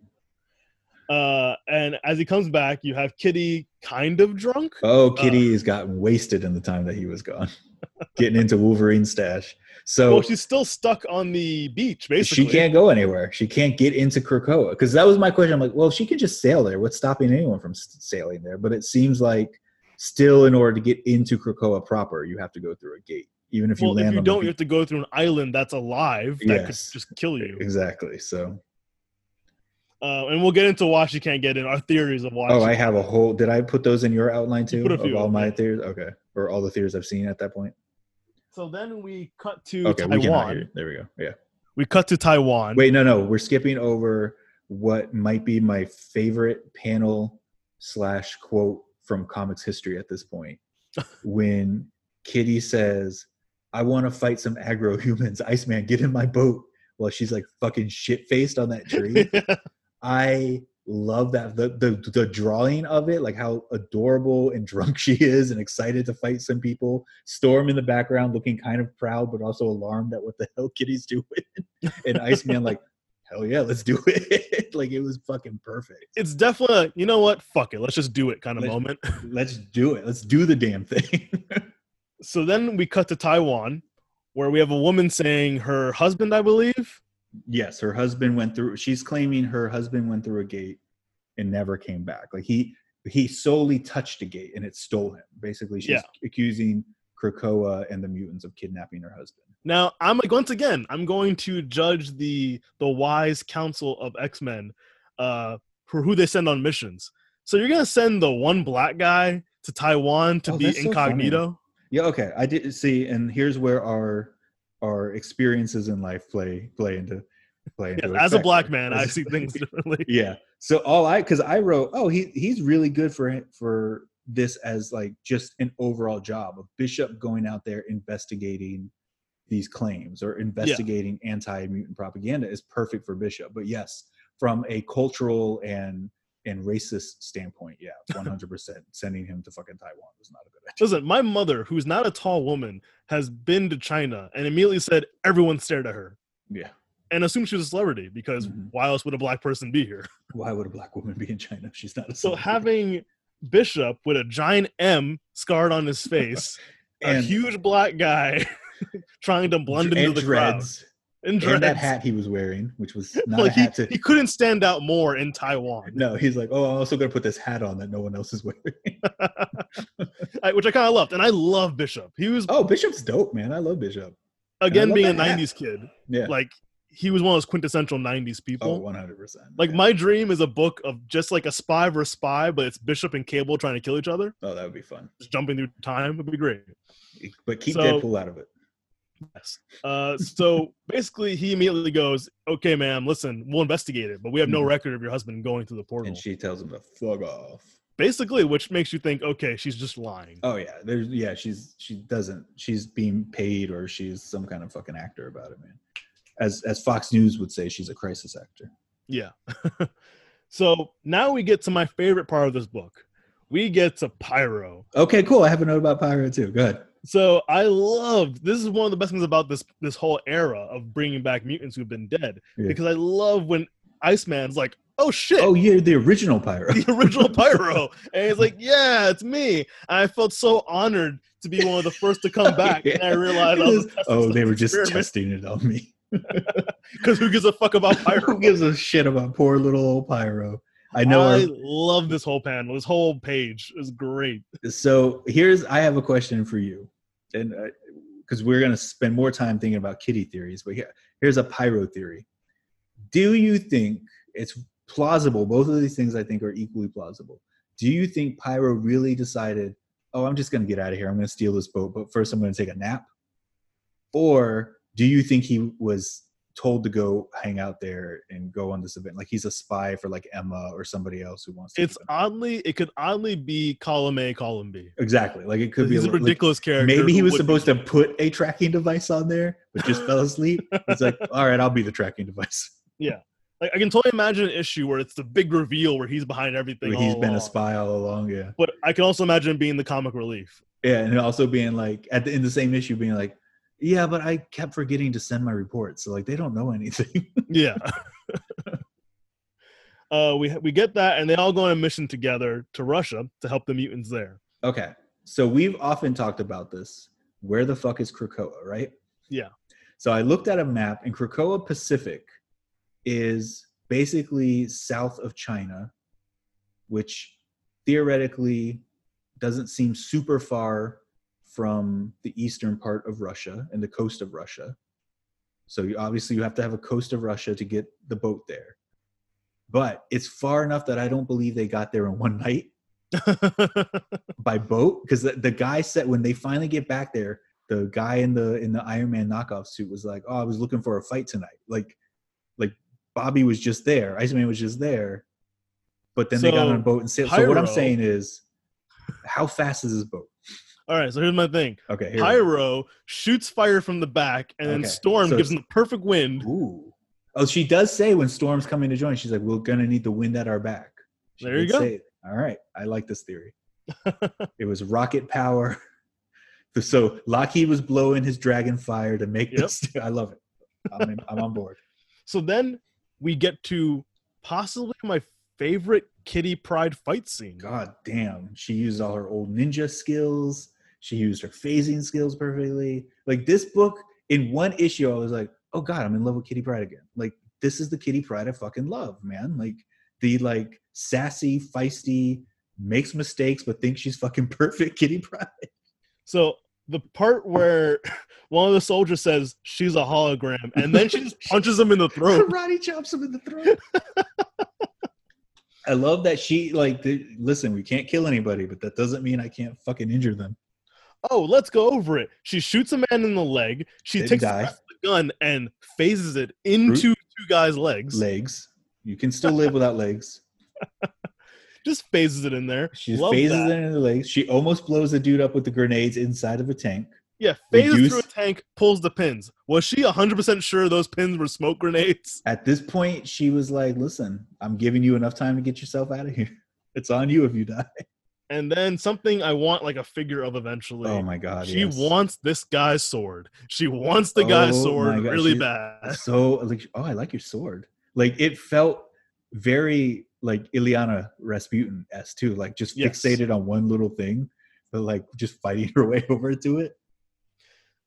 B: Uh, and as he comes back, you have Kitty kind of drunk.
C: Oh, Kitty has gotten wasted in the time that he was gone, getting into Wolverine stash. So
B: well, she's still stuck on the beach, basically.
C: she can't go anywhere. She can't get into Krakoa because that was my question. I'm like, well, she can just sail there. What's stopping anyone from s- sailing there? But it seems like still, in order to get into Krakoa proper, you have to go through a gate, even if you
B: Well,
C: land
B: if you
C: on the
B: don't, you
C: beach.
B: have to go through an island that's alive that
C: Yes.
B: could just kill you.
C: exactly. So
B: Uh, and we'll get into why she can't get in, our theories of why.
C: Oh,
B: she-
C: I have a whole. Did I put those in your outline too?
B: put a
C: of
B: few
C: all
B: in,
C: my
B: yeah.
C: theories. Okay, or all the theories I've seen at that point.
B: So then we cut to
C: Okay, we can
B: Taiwan.
C: hear you. There we go. Yeah.
B: We cut to Taiwan.
C: Wait, no, no, we're skipping over what might be my favorite panel slash quote from comics history at this point when Kitty says, I want to fight some aggro humans. Iceman, get in my boat. While she's like fucking shit faced on that tree. I love that. The, the, the drawing of it, like how adorable and drunk she is and excited to fight some people. Storm in the background looking kind of proud, but also alarmed at what the hell Kitty's doing. And Iceman, like, hell yeah, let's do it. like it was fucking perfect.
B: It's definitely a, you know what? Fuck it. Let's just do it kind of
C: Let's-
B: moment.
C: Let's do it. Let's do the damn thing.
B: So then we cut to Taiwan where we have a woman saying her husband, I believe,
C: yes, her husband went through she's claiming her husband went through a gate and never came back. Like he he solely touched a gate and it stole him. Basically, she's
B: Yeah.
C: accusing Krakoa and the mutants of kidnapping her husband.
B: Now I'm like once again I'm going to judge the the wise counsel of X Men uh, for who they send on missions. So you're gonna send the one black guy to Taiwan to
C: Oh,
B: be
C: that's so
B: incognito?
C: Yeah, okay. I did see, and here's where our our experiences in life play play into play into
B: Yes, as a
C: effect.
B: black man, I
C: As-
B: see things differently.
C: yeah so all i because i wrote oh he he's really good for for this as like just an overall job of bishop going out there investigating these claims or investigating anti-mutant propaganda is perfect for bishop but yes from a cultural and and racist standpoint yeah 100% sending him to fucking taiwan was not a good idea
B: Listen, my mother, who's not a tall woman, has been to China and immediately said everyone stared at her
C: yeah
B: and assumed she was a celebrity because
C: Mhm.
B: why else would a black person be here?
C: why would a black woman be in china if she's not a
B: So
C: celebrity?
B: having Bishop with a giant M scarred on his face a
C: And-
B: huge black guy trying to blend into
C: and
B: the
C: dreads
B: crowd. And dreads.
C: and that hat he was wearing which was not
B: like
C: a hat
B: he,
C: to
B: he couldn't stand out more in Taiwan,
C: No, he's like, oh, I'm also gonna put this hat on that no one else is wearing.
B: I- which I kind of loved. And I love Bishop. He was
C: oh, Bishop's dope, man. I love Bishop.
B: again
C: love
B: being a
C: that hat.
B: '90s kid.
C: Yeah.
B: Like he was one of those quintessential '90s
C: oh,
B: people.
C: 100. percent
B: like my dream is a book of just like a spy versus spy, but it's Bishop and Cable trying to kill each other,
C: Oh, that would be fun.
B: just jumping through time. Would be great.
C: But keep
B: So-
C: Deadpool out of it.
B: Yes. Uh, so basically, he immediately goes, "Okay, ma'am, listen, we'll investigate it, but we have no
C: Mhm.
B: record of your husband going through the portal."
C: And she tells him to fuck off.
B: basically, which makes you think, okay, she's just lying.
C: Oh yeah, there's yeah, she's she doesn't. She's being paid or she's some kind of fucking actor about it, man. As as Fox News would say, she's a crisis actor.
B: Yeah. so now we get to my favorite part of this book. We get to Pyro.
C: Okay, cool. I have a note about Pyro too. Go ahead.
B: So I loved this is one of the best things about this this whole era of bringing back mutants who've been dead
C: Yeah.
B: because I love when Iceman's like, "Oh shit."
C: Oh, you're the original Pyro.
B: the original Pyro, and he's like, "Yeah, it's me." And I felt so honored to be one of the first to come back, and I realized, I was testing
C: oh,
B: some
C: they were just
B: experiment
C: testing it on me.
B: 'cause who gives a fuck about Pyro?
C: Who gives a shit about poor little old Pyro? I know.
B: I
C: our-
B: love this whole panel. This whole page is great.
C: so here's I have a question for you, and because we're gonna spend more time thinking about kitty theories, but here, here's a Pyro theory. Do you think it's plausible? Both of these things I think are equally plausible. Do you think Pyro really decided, oh, I'm just gonna get out of here. I'm gonna steal this boat, but first I'm gonna take a nap, or do you think he was told to go hang out there and go on this event like he's a spy for like emma or somebody else who wants to
B: It's
C: keep him-
B: oddly, it could oddly be column A, column B.
C: exactly like it could be
B: He's a
C: like-
B: ridiculous character.
C: Maybe he
B: who
C: was
B: would-
C: supposed to put a tracking device on there, but just fell asleep. It's like, all right, I'll be the tracking device.
B: Like, I can totally imagine an issue where it's the big reveal where he's behind everything.
C: He's
B: all
C: been
B: along.
C: a spy all along, yeah.
B: But I can also imagine being the comic relief.
C: Yeah, and also being like at the in the same issue, being like, yeah, but I kept forgetting to send my report, so like they don't know anything.
B: Yeah. uh, we we get that, and they all go on a mission together to Russia to help the mutants there.
C: okay, so we've often talked about this. Where the fuck is Krakoa, right?
B: Yeah.
C: So I looked at a map, and Krakoa Pacific is basically south of China, which theoretically doesn't seem super far from the eastern part of Russia and the coast of Russia. So you, obviously you have to have a coast of Russia to get the boat there. But it's far enough that I don't believe they got there in one night by boat because the, the guy said when they finally get back there the guy in the in the iron man knockoff suit was like oh i was looking for a fight tonight like like Bobby was just there. Iceman was just there. But then they got
B: So,
C: on a boat and sailed. So what I'm
B: Pyro-
C: saying is, how fast is this boat?
B: All right, so here's my thing.
C: Okay, here. we go.
B: Pyro shoots fire from the back, and then
C: Okay,
B: Storm
C: so
B: gives
C: it's-
B: him the perfect wind.
C: Ooh. Oh, she does say when storms coming to join, she's like, "We're gonna need the wind at our back." She
B: There you
C: did
B: go.
C: say it. All right, I like this theory. it was rocket power. So Lockheed was blowing his dragon fire to make
B: Yep.
C: this. I love it. I'm, in- I'm on board.
B: So then we get to possibly my favorite Kitty Pride fight scene.
C: God damn, she used all her old ninja skills. She used her phasing skills perfectly. Like this book, in one issue, I was like, oh god, I'm in love with Kitty Pride again. Like this is the Kitty Pride I fucking love, man. Like the like sassy, feisty, makes mistakes but thinks she's fucking perfect Kitty Pride.
B: So the part where one of the soldiers says she's a hologram, and then she just punches him in the throat.
C: Karate chops him in the throat. I love that she like. th- listen, we can't kill anybody, but that doesn't mean I can't fucking injure them.
B: Oh, let's go over it. She shoots a man in the leg. She
C: They
B: takes
C: die.
B: the gun and phases it into two guys' legs.
C: Legs. You can still live without legs.
B: Just phases it in there.
C: She
B: Love
C: phases
B: that.
C: it into the legs. She almost blows the dude up with the grenades inside of a tank.
B: Yeah,
C: We
B: phases
C: use-
B: through a tank, pulls the pins. Was she 100% sure those pins were smoke grenades?
C: At this point, she was like, "Listen, I'm giving you enough time to get yourself out of here. It's on you if you die."
B: And then something I want like a figure of eventually.
C: Oh my god,
B: she
C: yes.
B: wants this guy's sword. She wants the guy's
C: Oh my
B: sword
C: God,
B: really
C: she-
B: bad.
C: So like, oh, I like your sword. Like it felt very like Ileana Rasputin s too. Like just
B: Yes.
C: fixated on one little thing, but like just fighting her way over to it.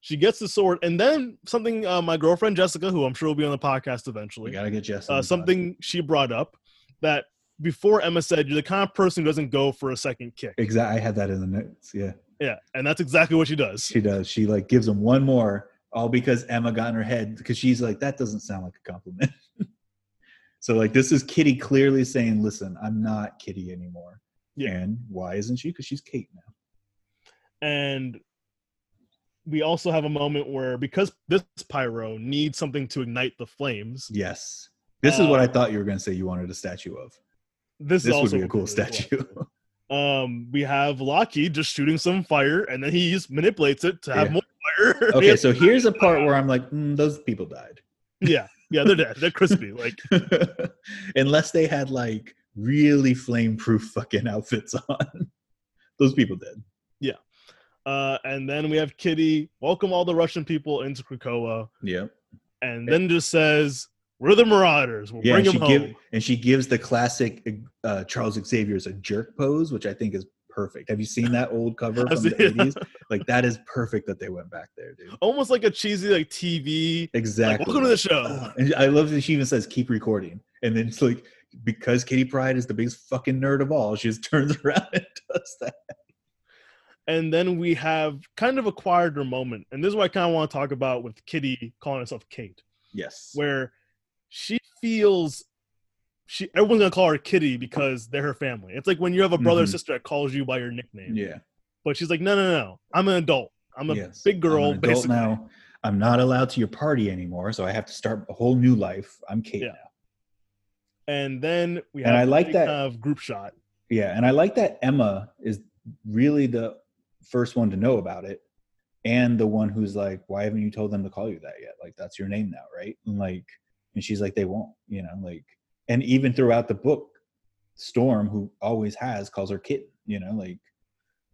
B: She gets the sword, and then something uh, my girlfriend Jessica, who I'm sure will be on the podcast
C: We
B: eventually,
C: gotta get Jess. on
B: uh,
C: the pod.
B: something she brought up that before Emma said, You're the kind of person who doesn't go for a second kick.
C: Exa- I had that in the notes. Yeah.
B: Yeah, and that's exactly what she does.
C: She does. She like gives him one more, all because Emma got in her head because she's like, that doesn't sound like a compliment. so like this is Kitty clearly saying, listen, I'm not Kitty anymore.
B: Yeah.
C: And why isn't she? Because she's Kate now.
B: and we also have a moment where because this pyro needs something to ignite the flames
C: Yes. This is what I thought you were going to say you wanted a statue of.
B: Uh, this,
C: This
B: is
C: would
B: also
C: be a
B: what
C: cool
B: we do as
C: statue.
B: well. um we have lockheed just shooting some fire and then he just manipulates it to have
C: Yeah.
B: more fire
C: okay, so here's a part where I'm like, mm, those people died.
B: yeah yeah they're dead they're crispy like
C: Unless they had like really flame proof fucking outfits on. those people did.
B: uh and then we have kitty welcome all the russian people into krakoa
C: Yep.
B: and then just says we're the marauders we'll
C: Eh. Yeah,
B: bring
C: and
B: them
C: she,
B: home
C: give, and she gives the classic uh, Charles Xavier's a jerk pose, which I think is perfect. Have you seen that old cover
B: I've
C: from the
B: seen it.
C: 80s? Like, that is perfect that they went back there, dude.
B: almost like a cheesy like tv like,
C: Exactly.
B: welcome to the show
C: Ugh. and I love that she even says, keep recording. And then it's like, because Kitty Pride is the biggest fucking nerd of all, she just turns around and does that.
B: and then we have kind of a quieter moment and this is what i kind of want to talk about with kitty calling herself kate
C: Yes.
B: where she feels she everyone's gonna call her kitty because they're her family it's like when you have a brother or
C: Mhm.
B: sister that calls you by your nickname
C: yeah.
B: but she's like no no no i'm an adult i'm a
C: Yes.
B: big girl
C: I'm an adult
B: basically
C: now. I'm not allowed to your party anymore, so I have to start a whole new life. I'm Kate
B: Yeah.
C: now.
B: and then we have
C: And I like
B: the
C: that-
B: kind of group shot
C: Yeah, and I like that Emma is really the first one to know about it and the one who's like, Why haven't you told them to call you that yet? Like that's your name now, right? And like and she's like, They won't, you know, like and even throughout the book, Storm, who always has, calls her kitten, you know, like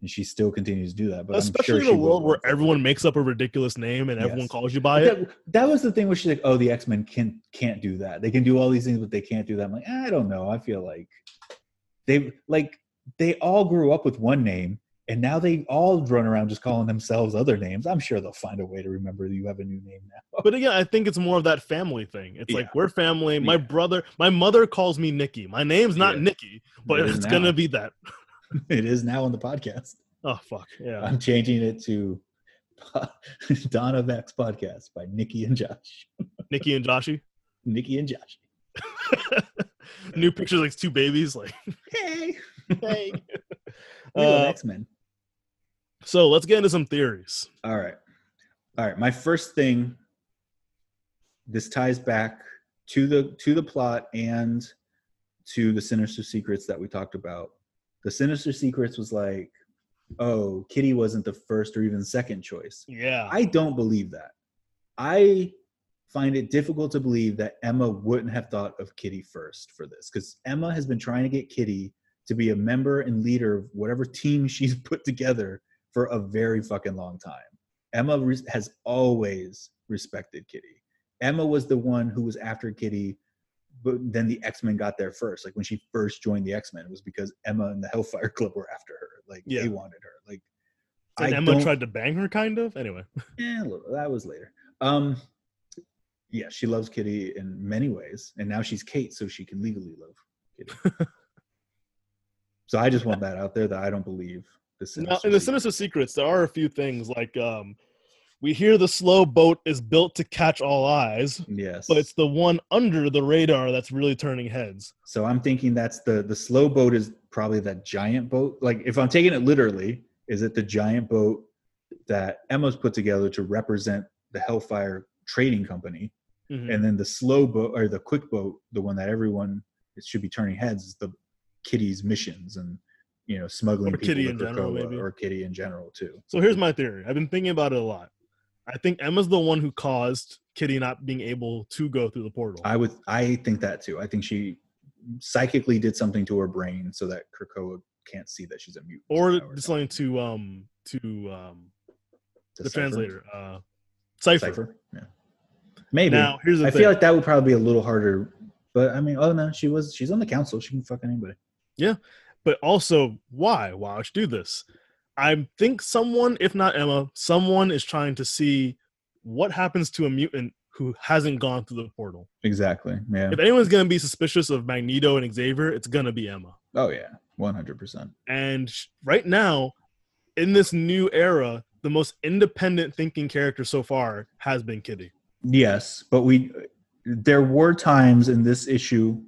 C: and she still continues to do that. But
B: especially in
C: I'm sure
B: a
C: she will
B: world where
C: eventually.
B: everyone makes up a ridiculous name and everyone
C: Yes.
B: calls you by it
C: But that, that was the thing where she's like, "Oh, the X Men can can't do that. They can do all these things, but they can't do that." I'm like, "Eh, I don't know. I feel like they like they all grew up with one name, and now they all run around just calling themselves other names. I'm sure they'll find a way to remember that you have a new name now.
B: but again i think it's more of that family thing it's
C: Yeah.
B: like we're family my
C: Yeah.
B: brother my mother calls me nikki my name's not
C: Yeah.
B: nikki but
C: It is
B: it's
C: now.
B: gonna be that
C: It is now on the podcast.
B: oh fuck yeah
C: I'm changing it to Don of X Podcast by Nikki and Josh.
B: nikki and joshy
C: Nikki and Josh.
B: new pictures like two babies like
C: Hey,
B: hey
C: we love
B: Uh,
C: X Men.
B: so let's get into some theories
C: All right. All right. My first thing, this ties back to the to the plot and to the sinister secrets that we talked about the sinister secrets was like oh kitty wasn't the first or even second choice
B: Yeah.
C: i don't believe that i find it difficult to believe that emma wouldn't have thought of kitty first for this because emma has been trying to get kitty to be a member and leader of whatever team she's put together for a very fucking long time emma res- has always respected kitty emma was the one who was after kitty but then the X-Men got there first. Like when she first joined the X-Men, it was because Emma and the Hellfire Club were after her. Like
B: Yeah.
C: they wanted her. Like
B: and
C: I
B: Emma
C: don't-
B: tried to bang her, kind of. Anyway.
C: eh, look, that was later. Um, yeah, she loves Kitty in many ways, and now she's Kate, so she can legally love Kitty. so I just want that out there that I don't believe the
B: Now,
C: Sinister
B: in the
C: League-
B: Sinister Secrets, there are a few things like um, we hear the slow boat is built to catch all eyes,
C: Yes,
B: but it's the one under the radar that's really turning heads.
C: so I'm thinking that's the the slow boat is probably that giant boat. Like if I'm taking it literally, is it the giant boat that Emma's put together to represent the Hellfire Trading Company?
B: Mhm.
C: and then the slow boat or the quick boat the one that everyone it should be turning heads is the kitty's missions and you know smuggling
B: Or
C: people
B: Kitty
C: to
B: in general,
C: Krakoa,
B: maybe.
C: or kitty in general too
B: So here's my theory. I've been thinking about it a lot. I think Emma's the one who caused Kitty not being able to go through the portal.
C: i would i think that too i think she psychically did something to her brain so that Krakoa can't see that she's a mutant
B: or
C: now
B: just something to um to um the,
C: Decipher?
B: translator. Uh Cypher.
C: Cipher? yeah maybe
B: Now here's the
C: i
B: thing.
C: feel like that would probably be a little harder but i mean oh no she was she's on the council she can fuck anybody
B: but also why? Why would she do this? I think someone, if not Emma, someone is trying to see what happens to a mutant who hasn't gone through the portal.
C: exactly yeah
B: If anyone's gonna be suspicious of Magneto and Xavier, it's gonna be Emma.
C: oh yeah 100%
B: And sh- right now, in this new era, the most independent thinking character so far has been E. Kitty.
C: Yes, but we there were times in this issue,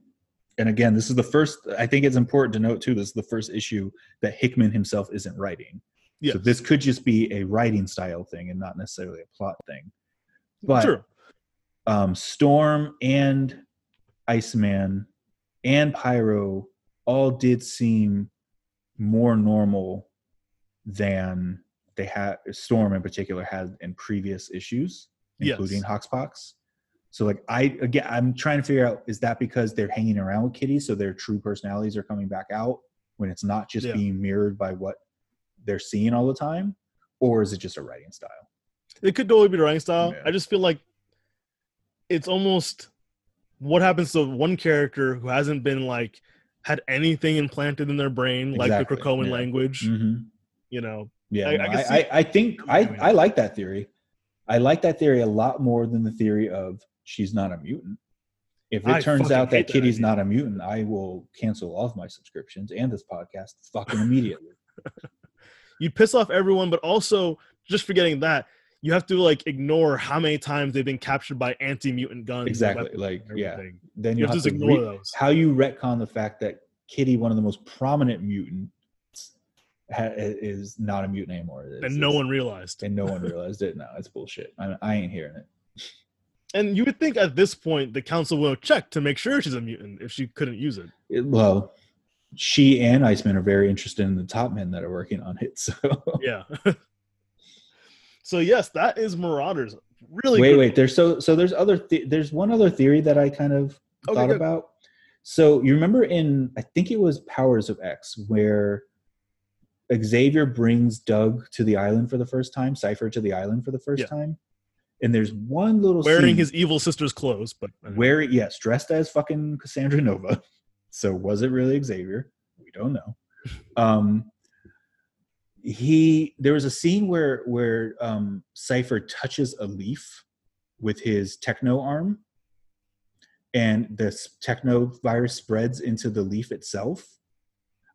C: and again, this is the first. I think it's important to note too. This is the first issue that Hickman himself isn't writing.
B: Yes.
C: So this could just be a writing style thing and not necessarily a plot thing. But
B: True.
C: um, Storm and Iceman and Pyro all did seem more normal than they had Storm in particular had in previous issues,
B: Yes.
C: including Hoxpox. So like I again I'm trying to figure out is that because they're hanging around with Kitty so their true personalities are coming back out when it's not just
B: Yeah.
C: being mirrored by what they're seeing all the time or is it just a writing style?
B: It could totally be the writing style.
C: Yeah.
B: I just feel like it's almost what happens to one character who hasn't been like had anything implanted in their brain, like the
C: Exactly,
B: Krakoan
C: yeah.
B: language.
C: Mhm.
B: You know,
C: Yeah,
B: Mm-hmm. I-
C: no,
B: I
C: I,
B: can see-
C: I, I, think I,
B: doing
C: I
B: it.
C: like that theory. I like that theory a lot more than the theory of she's not a mutant. If it
B: I
C: turns
B: fucking
C: out
B: hate
C: that
B: that
C: Kitty's
B: idea.
C: not a mutant, I will cancel all of my subscriptions and this podcast fucking immediately.
B: you piss off everyone, but also just forgetting that you have to like ignore how many times they've been captured by anti-mutant guns. and
C: exactly.
B: weapons
C: Like,
B: and
C: yeah.
B: everything.
C: Then
B: You
C: you
B: have to
C: have
B: just
C: to
B: ignore
C: re-
B: those.
C: how you retcon the fact that Kitty, one of the most prominent mutants, ha- is not a mutant anymore. It's-
B: And no
C: it's-
B: one realized.
C: and no one realized it. No, it's bullshit. I, I ain't hearing it.
B: And you would think at this point the council will check to make sure she's a mutant if she couldn't use it.
C: it- well, she and Iceman are very interested in the top men that are working on it. So
B: Yeah. so yes, that is Marauders. Really
C: wait,
B: good.
C: wait, there's so so there's other the- there's one other theory that I kind of
B: Okay,
C: thought
B: good.
C: about. So you remember in I think it was Powers of X where Xavier brings Doug to the island for the first time, Cipher to the island for the first
B: Yeah.
C: time, and there's one little
B: Wearing
C: scene-
B: his evil sister's clothes, but uh,
C: Where yes, dressed as fucking Cassandra Nova. So was it really Xavier? We don't know. Um he there was a scene where where um Cypher touches a leaf with his techno arm and this techno virus spreads into the leaf itself.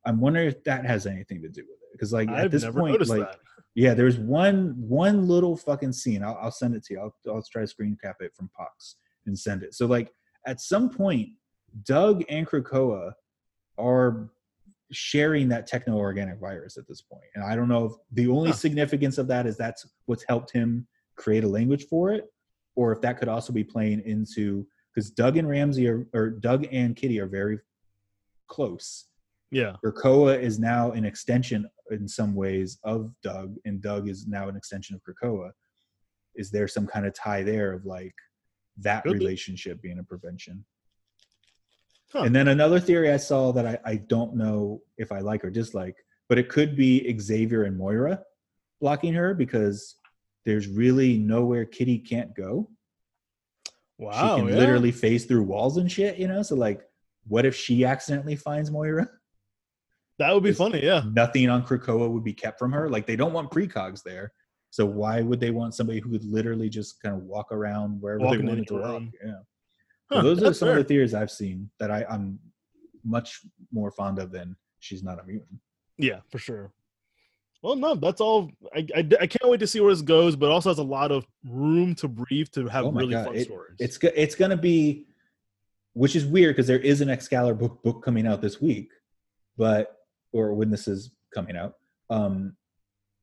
C: I'm wondering if that has anything to do with it. Because like
B: I've
C: at this
B: never
C: point,
B: noticed
C: like
B: that.
C: yeah, there's one one little fucking scene. I'll, I'll send it to you. I'll, I'll try to screen cap it from Pox and send it. So like at some point, Doug and Krakoa are sharing that techno organic virus at this point, and I don't know if the only
B: Huh.
C: significance of that is that's what's helped him create a language for it, or if that could also be playing into because Doug and Ramsey are or Doug and Kitty are very close.
B: Yeah.
C: Krakoa is now an extension in some ways of Doug, and Doug is now an extension of Krakoa. Is there some kind of tie there of like that
B: Could be.
C: relationship being a prevention?
B: Huh.
C: And then another theory I saw that I, I don't know if I like or dislike, but it could be Xavier and Moira blocking her because there's really nowhere Kitty can't go.
B: Wow.
C: she can
B: yeah.
C: literally phase through walls and shit, you know? So like what if she accidentally finds Moira?
B: that would be
C: is-
B: funny. Yeah.
C: Nothing on Krakoa would be kept from her. Like they don't want precogs there. So why would they want somebody who would literally just kind of walk around wherever
B: Walking
C: they wanted to
B: into a
C: walk?
B: room.
C: Yeah.
B: Huh,
C: So those are
B: that's
C: some
B: fair.
C: of the theories I've seen that I, I'm much more fond of than she's not a mutant.
B: Yeah, for sure. Well, no, that's all. I, I, I can't wait to see where this goes, but also has a lot of room to breathe to have
C: Oh my
B: really
C: God,
B: fun
C: it-
B: stories.
C: It's go- it's gonna be, which is weird because there is an Excalibur book book coming out this week, but or when this is coming out, um,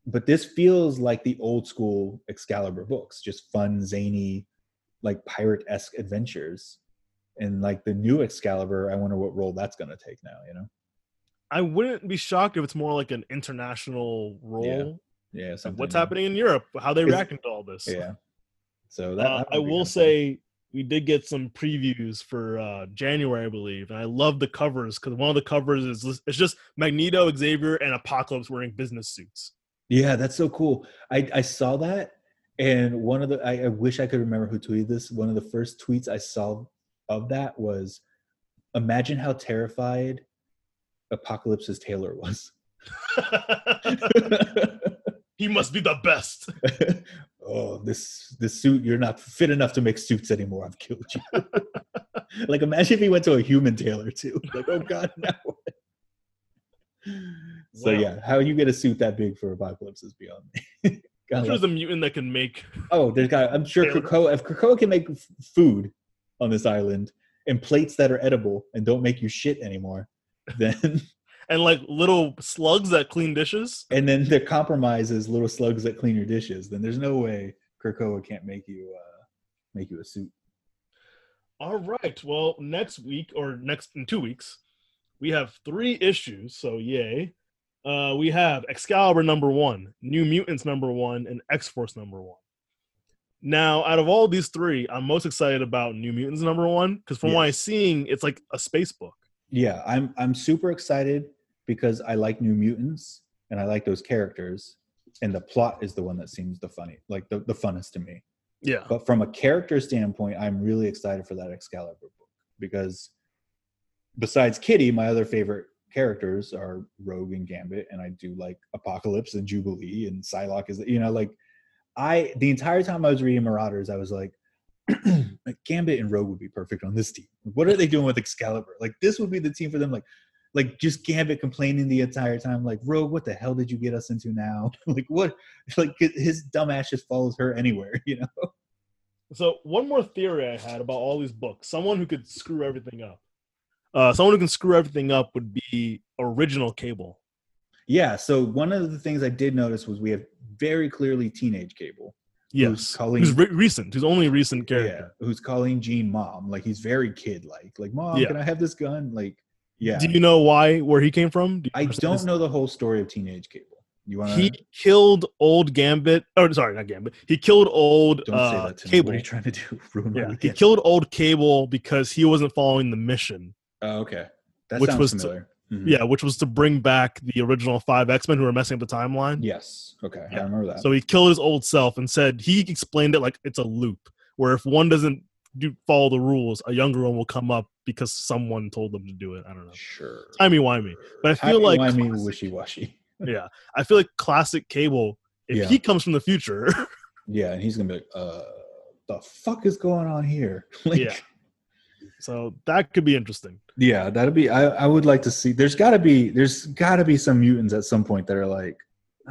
C: but this feels like the old school Excalibur books, just fun, zany, like pirate esque adventures, and like the new Excalibur. I wonder what role that's gonna take now. You know,
B: I wouldn't be shocked if it's more like an international role.
C: yeah,
B: Like,
C: something
B: what's
C: new.
B: happening in Europe? How they
C: Is-
B: reacting to all this?
C: Yeah, so that,
B: Uh,
C: that
B: I
C: would be
B: will
C: kinda fun.
B: say we did get some previews for uh, January, I believe, and I love the covers because one of the covers is lis- it's just Magneto, Xavier, and Apocalypse wearing business suits.
C: Yeah, that's so cool. I, I saw that, and one of the I, I wish I could remember who tweeted this. One of the first tweets I saw of that was, "Imagine how terrified Apocalypse's Taylor was."
B: he must be the best.
C: oh, this this suit! You're not fit enough to make suits anymore. I've killed you. like, imagine if he went to a human tailor too. Like, oh god, no. So
B: Wow.
C: yeah, how you get a suit that big for Apocalypse is beyond me.
B: I'm
C: Gotta
B: sure
C: love
B: there's a mutant that can make.
C: Oh, there's got. I'm sure
B: Taylor.
C: Krakoa. If Krakoa can make f- food on this island and plates that are edible and don't make you shit anymore, then
B: and like little slugs that clean dishes.
C: and then the compromise is little slugs that clean your dishes, then there's no way Krakoa can't make you uh, make you a suit.
B: All right. Well, next week or next in two weeks, we have three issues. So yay. Uh, we have Excalibur number one, New Mutants number one, and X Force number one. Now, out of all these three, I'm most excited about New Mutants number one because from what I'm
C: Yes.
B: seeing, it's like a space book.
C: Yeah, I'm I'm super excited because I like New Mutants and I like those characters, and the plot is the one that seems the funny, like the the funnest to me.
B: Yeah.
C: But from a character standpoint, I'm really excited for that Excalibur book because besides Kitty, my other favorite characters are Rogue and Gambit, and I do like Apocalypse and Jubilee and Psylocke is you know like I the entire time I was reading Marauders, I was like, like Gambit and Rogue would be perfect on this team. What are they doing with Excalibur? Like this would be the team for them. Like like just Gambit complaining the entire time, like Rogue, what the hell did you get us into now? like what? Like his dumb ass just follows her anywhere, you know.
B: So one more theory I had about all these books, someone who could screw everything up. Uh, someone who can screw everything up would be original Cable.
C: Yeah. So one of the things I did notice was we have very clearly teenage Cable.
B: Yes, who's,
C: calling-
B: re- recent? Who's only a recent character?
C: Yeah. Who's calling Jean mom? Like he's very kid like. Like mom,
B: Yeah.
C: can I have this gun? Like yeah.
B: Do you know why where he came from? Do you
C: I
B: understand
C: don't
B: this?
C: know uh, the whole story of teenage Cable. You want to?
B: He killed old Gambit. Oh, sorry, not Gambit. He killed old
C: don't say
B: uh,
C: that to me. What
B: Cable.
C: are you trying to do? Ruin my
B: yeah, he
C: weekend.
B: killed old Cable because he wasn't following the mission.
C: Oh, okay. That
B: Which
C: sounds
B: was to-
C: familiar. Mhm.
B: Yeah, which was to bring back the original five X Men who were messing up the timeline.
C: Yes. Okay.
B: Yeah.
C: I remember that.
B: So he killed his old self and said he explained it like it's a loop where if one doesn't do follow the rules, a younger one will come up because someone told them to do it. I don't know.
C: sure.
B: Timey wimey. But I feel like
C: I mean
B: classic-
C: wishy washy.
B: yeah. I feel like classic cable, if
C: Yeah.
B: he comes from the future,
C: Yeah, and he's gonna be like, uh, the fuck is going on here? like,
B: Yeah. so that could be interesting.
C: Yeah, that'd be. I, I would like to see. There's got to be. There's got to be some mutants at some point that are like,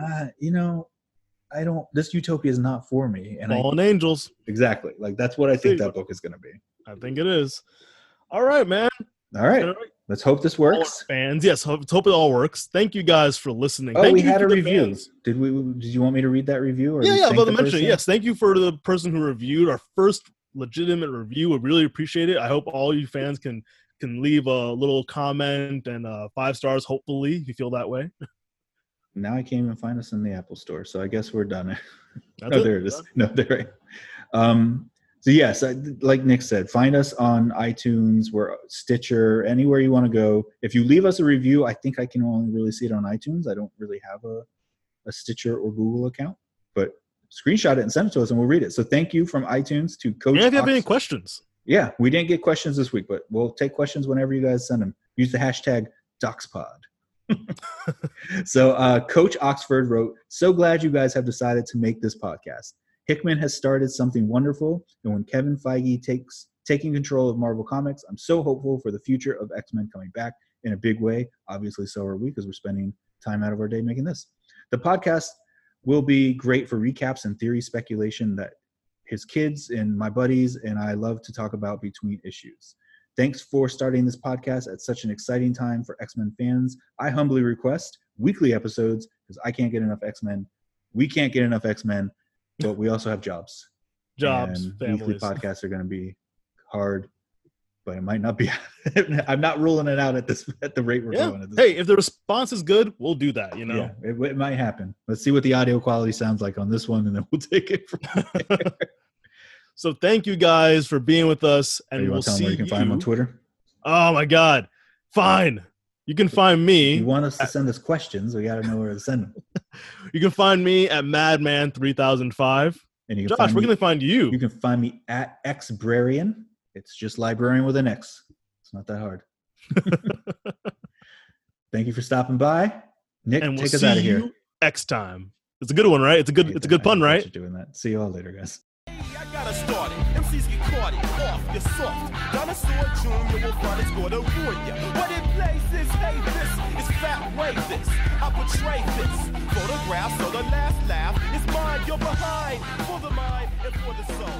C: uh, you know, I don't. This utopia is not for me. And I,
B: Fallen Angels.
C: exactly, like that's what I think
B: Dude.
C: that book is going to be.
B: I think it is. All right, man.
C: All
B: All
C: right,
B: right,
C: let's hope this
B: all our
C: works.
B: fans. Yes, hope, hope it all works. Thank you guys for listening.
C: Oh,
B: Thank
C: we
B: you
C: had
B: to
C: a
B: the
C: review.
B: fans.
C: Did we? Did you want me to read that review? Or
B: Yeah,
C: we
B: yeah,
C: thank
B: about to
C: the
B: mention it.
C: person?
B: Yes, thank you for the person who reviewed our first legitimate review. Would really appreciate it. I hope all you fans can can leave a little comment and uh, five stars. Hopefully, if you feel that way.
C: Now I can't even find us in the Apple Store, so I guess we're done.
B: That's
C: oh, there it is. No, there. Right. Um, so yes, I, like Nick said, find us on iTunes, where Stitcher, anywhere you want to go. If you leave us a review, I think I can only really see it on iTunes. I don't really have a, a Stitcher or Google account, but screenshot it and send it to us, and we'll read it. So thank you from iTunes to Coach.
B: Yeah, if you have
C: Ox-
B: any questions,
C: yeah, we didn't get questions this week, but we'll take questions whenever you guys send them. Use the hashtag DocsPod. so, uh, Coach Oxford wrote, So glad you guys have decided to make this podcast. Hickman has started something wonderful, and when Kevin Feige takes taking control of Marvel Comics, I'm so hopeful for the future of X Men coming back in a big way. Obviously, so are we because we're spending time out of our day making this. The podcast will be great for recaps and theory speculation that his kids and my buddies and I love to talk about between issues. Thanks for starting this podcast at such an exciting time for X Men fans. I humbly request weekly episodes because I can't get enough X Men. We can't get enough X Men, but we also have jobs.
B: jobs,
C: And weekly
B: families.
C: podcasts are going to be hard, but it might not be. I'm not ruling it out at this at the rate we're
B: Yeah.
C: going. At this
B: Hey, if the response is good, we'll do that. You know.
C: yeah, it, it might happen. Let's see what the audio quality sounds like on this one, and then we'll take it from.
B: So thank you guys for being with us, and
C: you
B: we'll
C: want to tell them
B: see
C: where you can find them on Twitter?
B: Oh my God! Fine, you can find me.
C: You want us to send us questions? We got to know where to send them.
B: You can find me at Madman three thousand five.
C: And you can
B: Josh,
C: find
B: where
C: me,
B: can they find you?
C: you can find me at Xbrarian. It's just librarian with an X. It's not that hard. Thank you for stopping by, Nick.
B: and we'll
C: take us
B: see
C: out of here.
B: you next time. It's a good one, right? It's a good.
C: I hate
B: It's a
C: that.
B: good
C: I
B: pun,
C: hate that
B: right?
C: you're Doing that. See you all later, guys.
A: I gotta start it. MCs get caught it. Off, you're soft. Dinosaur Jr. will run, it's gonna ruin ya. What it plays is hey, this. It's fat way this. I portray this. Photograph, so the last laugh is mine. You're behind. For the mind and for the soul.